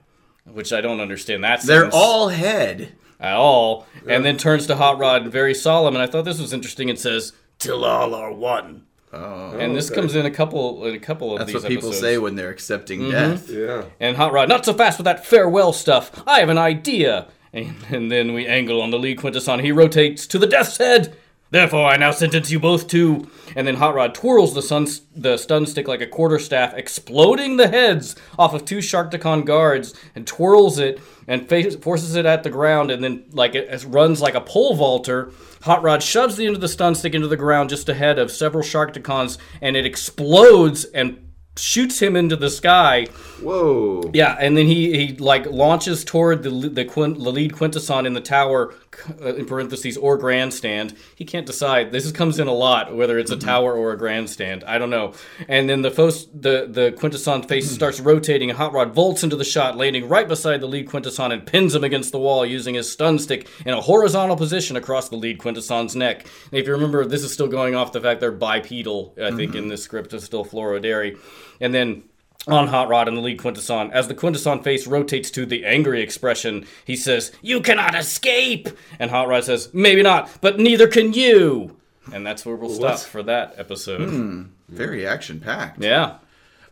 [SPEAKER 1] Which I don't understand that
[SPEAKER 2] They're
[SPEAKER 1] sentence
[SPEAKER 2] all head.
[SPEAKER 1] at all. And then turns to Hot Rod and very solemn. And I thought this was interesting. It says, "Till all are one." Oh, and this comes in a couple in a couple of
[SPEAKER 2] That's
[SPEAKER 1] these
[SPEAKER 2] what people
[SPEAKER 1] episodes. Mm-hmm.
[SPEAKER 2] say when they're accepting death.
[SPEAKER 5] Yeah.
[SPEAKER 1] And Hot Rod, not so fast with that farewell stuff. I have an idea. And, and then we angle on the Lee Quintesson. He rotates to the death's head. Therefore, I now sentence you both to. And then Hot Rod twirls the, sun, the stun stick like a quarterstaff, exploding the heads off of two Sharkticon guards, and twirls it and fa- forces it at the ground. And then, like it, it runs like a pole vaulter, Hot Rod shoves the end of the stun stick into the ground just ahead of several Sharkticons, and it explodes and shoots him into the sky.
[SPEAKER 5] Whoa.
[SPEAKER 1] Yeah, and then he, he like launches toward the the, quin, the lead quintesson in the tower, uh, in parentheses or grandstand. He can't decide. This is- comes in a lot whether it's a tower or a grandstand. I don't know. And then the fos, the the quintesson face starts rotating, and Hot Rod volts into the shot, landing right beside the lead quintesson and pins him against the wall using his stun stick in a horizontal position across the lead quintesson's neck. And if you remember, this is still going off the fact they're bipedal. I think in this script is still fluorodairy, and then on Hot Rod and the lead Quintesson. As the Quintesson face rotates to the angry expression, he says, You cannot escape! And Hot Rod says, Maybe not, but neither can you! And that's where we'll stop for that episode.
[SPEAKER 2] Very action packed.
[SPEAKER 1] Yeah.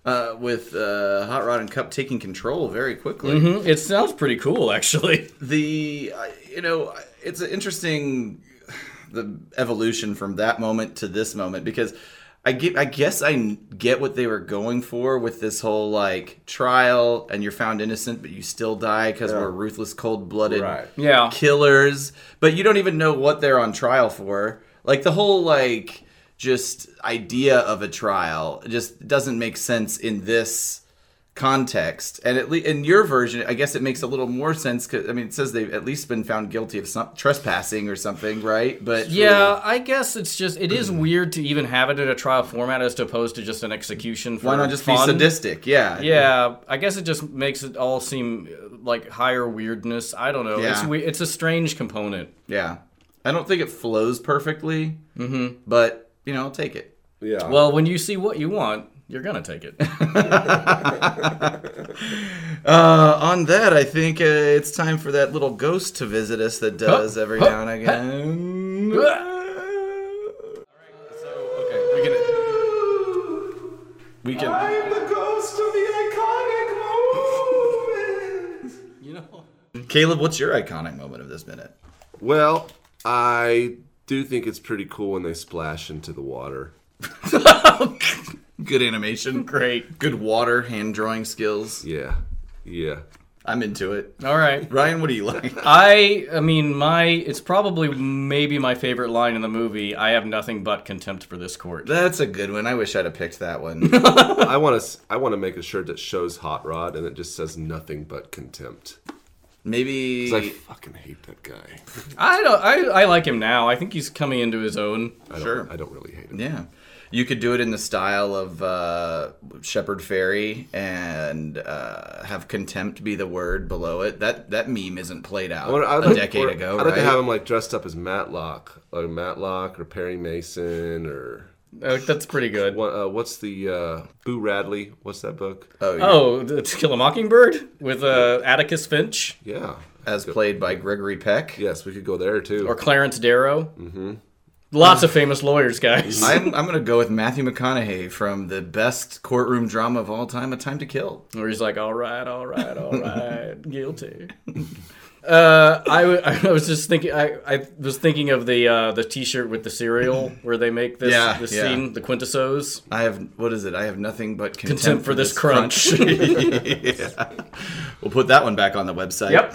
[SPEAKER 2] Uh, with uh, Hot Rod and Cup taking control very quickly.
[SPEAKER 1] Hmm, It sounds pretty cool, actually.
[SPEAKER 2] The uh, you know it's an interesting the evolution from that moment to this moment because I get I guess I get what they were going for with this whole like trial and you're found innocent but you still die because we're ruthless cold blooded
[SPEAKER 5] Right.
[SPEAKER 1] Yeah.
[SPEAKER 2] killers, but you don't even know what they're on trial for. Like the whole like just idea of a trial just doesn't make sense in this context. And at least in your version, I guess it makes a little more sense because I mean it says they've at least been found guilty of some trespassing or something, right? But
[SPEAKER 1] Yeah, I guess it's just, it is weird to even have it in a trial format as opposed to just an execution for
[SPEAKER 2] why not just
[SPEAKER 1] fun.
[SPEAKER 2] be sadistic? Yeah,
[SPEAKER 1] Yeah, I guess it just makes it all seem uh, like higher weirdness. I don't know. It's
[SPEAKER 2] Yeah.
[SPEAKER 1] we- it's a strange component.
[SPEAKER 2] yeah. I don't think it flows perfectly, mm-hmm. but you know, I'll take it.
[SPEAKER 5] Yeah.
[SPEAKER 1] Well, when you see what you want, you're gonna take it.
[SPEAKER 2] Uh, on that, I think uh, it's time for that little ghost to visit us that does every now and again. We can.
[SPEAKER 5] I'm the ghost of the
[SPEAKER 2] Caleb, what's your iconic moment of this minute?
[SPEAKER 5] Well, I do think it's pretty cool when they splash into the water.
[SPEAKER 2] Good animation,
[SPEAKER 1] Great.
[SPEAKER 2] good water, hand drawing skills.
[SPEAKER 5] Yeah, yeah.
[SPEAKER 2] I'm into it.
[SPEAKER 1] All right.
[SPEAKER 2] Ryan, what do you like?
[SPEAKER 1] I I mean my it's probably maybe my favorite line in the movie. I have nothing but contempt for this court.
[SPEAKER 2] That's a good one. I wish I'd have picked that one.
[SPEAKER 5] I want to. I want to make a shirt that shows Hot Rod and it just says nothing but contempt.
[SPEAKER 2] Maybe
[SPEAKER 5] 'Cause I fucking hate that guy.
[SPEAKER 1] I don't I, I like him now. I think he's coming into his own.
[SPEAKER 5] I don't,
[SPEAKER 2] Sure.
[SPEAKER 5] I don't really hate him.
[SPEAKER 2] Yeah. You could do it in the style of uh, Shepherd Fairy and uh, have contempt be the word below it. That that meme isn't played out
[SPEAKER 5] I wonder- I'd
[SPEAKER 2] a
[SPEAKER 5] like-
[SPEAKER 2] decade
[SPEAKER 5] or-
[SPEAKER 2] ago,
[SPEAKER 5] I'd
[SPEAKER 2] right?
[SPEAKER 5] like to have him like dressed up as Matlock, like Matlock or Perry Mason or
[SPEAKER 1] Uh, that's pretty good.
[SPEAKER 5] what, uh, what's the uh, Boo Radley? What's that book? Uh,
[SPEAKER 2] oh, yeah.
[SPEAKER 1] Oh, the- To Kill a Mockingbird with uh, Atticus Finch
[SPEAKER 5] Yeah.
[SPEAKER 2] as played by Gregory Peck.
[SPEAKER 5] Yes, we could go there too.
[SPEAKER 1] or Clarence Darrow. Mm-hmm. Lots of famous lawyers, guys.
[SPEAKER 2] I'm, I'm going to go with Matthew McConaughey from the best courtroom drama of all time, A Time to Kill.
[SPEAKER 1] where he's like, "All right, all right, all right, guilty." Uh, I, w- I was just thinking. I, I was thinking of the uh, the T-shirt with the cereal where they make this
[SPEAKER 2] Yeah,
[SPEAKER 1] this
[SPEAKER 2] yeah.
[SPEAKER 1] scene, the Quintessos.
[SPEAKER 2] I have what is it? I have nothing but contempt,
[SPEAKER 1] Contempt for this crunch.
[SPEAKER 2] Yeah. We'll put that one back on the website.
[SPEAKER 1] Yep.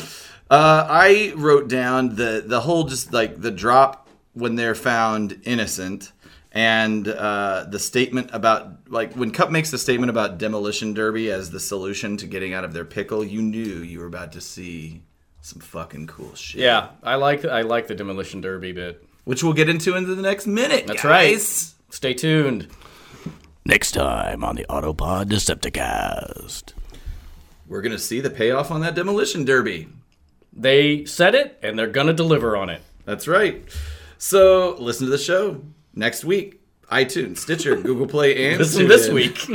[SPEAKER 2] Uh, I wrote down the the whole just like the drop when they're found innocent, and uh, the statement about like when Cup makes the statement about demolition derby as the solution to getting out of their pickle. You knew you were about to see some fucking cool shit.
[SPEAKER 1] Yeah, I like I like the demolition derby bit.
[SPEAKER 2] which we'll get into in the next minute.
[SPEAKER 1] That's
[SPEAKER 2] guys.
[SPEAKER 1] right. Stay tuned.
[SPEAKER 6] Next time on the Autopod Decepticast.
[SPEAKER 2] We're gonna see the payoff on that demolition derby.
[SPEAKER 1] They said it, and they're gonna deliver on it.
[SPEAKER 2] That's right. So listen to the show next week. iTunes, Stitcher, Google Play, and
[SPEAKER 1] Listen this
[SPEAKER 2] TuneIn.
[SPEAKER 1] week.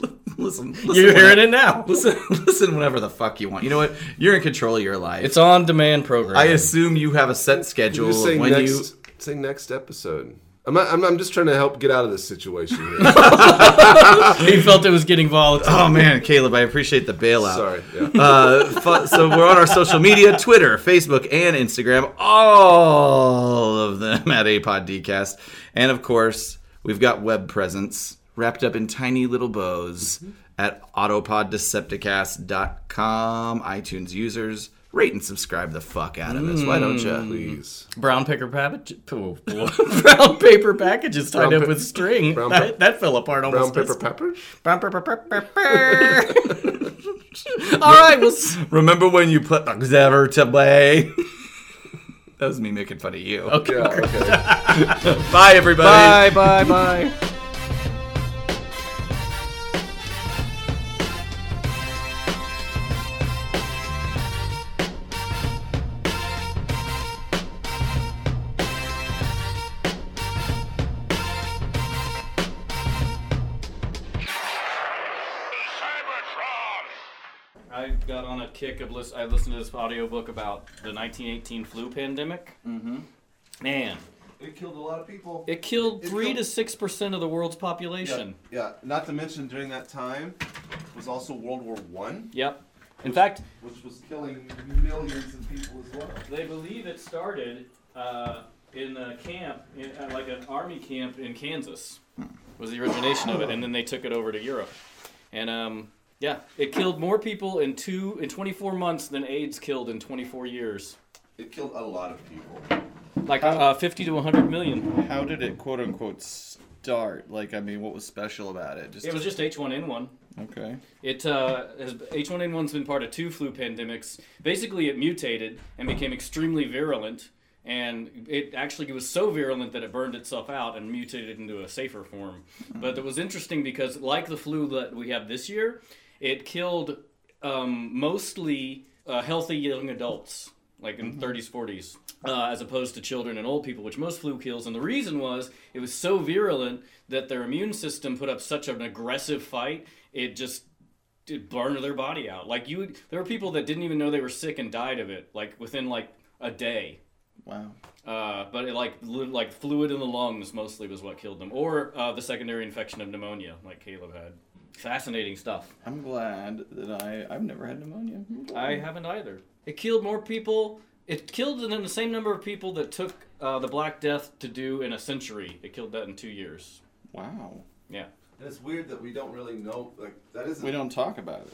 [SPEAKER 2] Listen, listen
[SPEAKER 1] You're
[SPEAKER 2] whenever-
[SPEAKER 1] hearing it now.
[SPEAKER 2] Listen, listen whenever the fuck you want. You know what? You're in control of your life.
[SPEAKER 1] It's on demand program.
[SPEAKER 2] I assume you have a set schedule.
[SPEAKER 5] just say
[SPEAKER 2] of when
[SPEAKER 5] next,
[SPEAKER 2] you
[SPEAKER 5] say next episode. I'm, not, I'm, I'm just trying to help get out of this situation. Here.
[SPEAKER 1] he felt it was getting volatile.
[SPEAKER 2] Oh man, Caleb, I appreciate the bailout.
[SPEAKER 5] Sorry. Yeah.
[SPEAKER 2] Uh, fu- so we're on our social media, Twitter, Facebook, and Instagram, all of them at Apod Dcast. And of course, we've got web presence wrapped up in tiny little bows at autopoddecepticast.com. iTunes users, rate and subscribe the fuck out of us. Why don't you?
[SPEAKER 5] Please.
[SPEAKER 1] Brown paper package. oh, brown paper packages tied
[SPEAKER 5] Brown
[SPEAKER 1] up
[SPEAKER 5] pa-
[SPEAKER 1] with string.
[SPEAKER 5] brown
[SPEAKER 1] That,
[SPEAKER 5] pa-
[SPEAKER 1] that fell apart
[SPEAKER 5] Brown
[SPEAKER 1] almost.
[SPEAKER 5] pepper peppers?
[SPEAKER 1] All right, well, s-
[SPEAKER 2] Remember when you put Xavier to play? that was me making fun of you.
[SPEAKER 1] okay.
[SPEAKER 5] Yeah, okay.
[SPEAKER 2] Bye, everybody.
[SPEAKER 1] Bye, bye, bye.
[SPEAKER 3] Cybertron!
[SPEAKER 1] I got on a kick of listen. I listened to this audiobook about the 1918 flu pandemic. Mm-hmm. Man,
[SPEAKER 7] It killed a lot of people.
[SPEAKER 1] it killed
[SPEAKER 7] It
[SPEAKER 1] three
[SPEAKER 7] killed-
[SPEAKER 1] to six percent of the world's population.
[SPEAKER 7] Yeah, not to mention during that time was also World War One,
[SPEAKER 1] Yep. In fact,
[SPEAKER 7] which was killing millions of people as well.
[SPEAKER 1] They believe it started uh, in a camp, in, uh, like an army camp in Kansas, was the origination of it, and then they took it over to Europe. And um, yeah, it killed more people in two in 24 months than AIDS killed in 24 years,
[SPEAKER 7] It killed a lot of people.
[SPEAKER 1] like uh, 50 to 100 million.
[SPEAKER 8] How did it quote unquote start? Like, I mean, what was special about it? Just
[SPEAKER 1] It was just H1N1.
[SPEAKER 8] okay.
[SPEAKER 1] It uh, has, H1N1's been part of two flu pandemics. Basically, it mutated and became extremely virulent, and it actually was so virulent that it burned itself out and mutated into a safer form. But it was interesting because, like the flu that we have this year, it killed um, mostly uh, healthy young adults, like in 30s, 40s, uh, as opposed to children and old people, which most flu kills. And the reason was it was so virulent that their immune system put up such an aggressive fight, it just it burned their body out. Like you, would- there were people that didn't even know they were sick and died of it, like within like a day.
[SPEAKER 8] Wow.
[SPEAKER 1] Uh, but it like li- like fluid in the lungs mostly was what killed them, or uh, the secondary infection of pneumonia, like Caleb had. Fascinating stuff.
[SPEAKER 8] I'm glad that I I've never had pneumonia.
[SPEAKER 1] I haven't either. It killed more people. It killed than the same number of people that took uh, the Black Death to do in a century. It killed that in two years.
[SPEAKER 8] Wow.
[SPEAKER 1] Yeah.
[SPEAKER 7] And it's weird that we don't really know. Like that isn't.
[SPEAKER 8] We don't talk about it.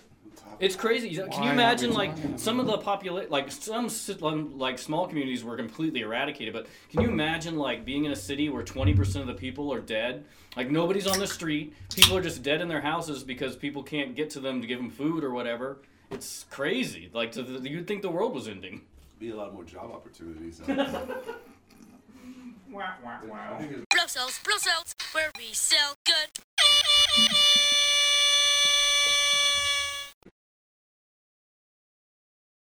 [SPEAKER 1] It's crazy. Can
[SPEAKER 8] Why
[SPEAKER 1] you
[SPEAKER 8] are
[SPEAKER 1] imagine
[SPEAKER 8] we
[SPEAKER 1] like
[SPEAKER 8] talking
[SPEAKER 1] some of the population, like some ci- um, like small communities were completely eradicated, but can you imagine like being in a city where 20% of the people are dead? Like nobody's on the street. People are just dead in their houses because people can't get to them to give them food or whatever. It's crazy. Like to the, you'd think the world was ending.
[SPEAKER 7] be a lot more job opportunities. out there. I think it's
[SPEAKER 9] Brussels, Brussels, where we sell good.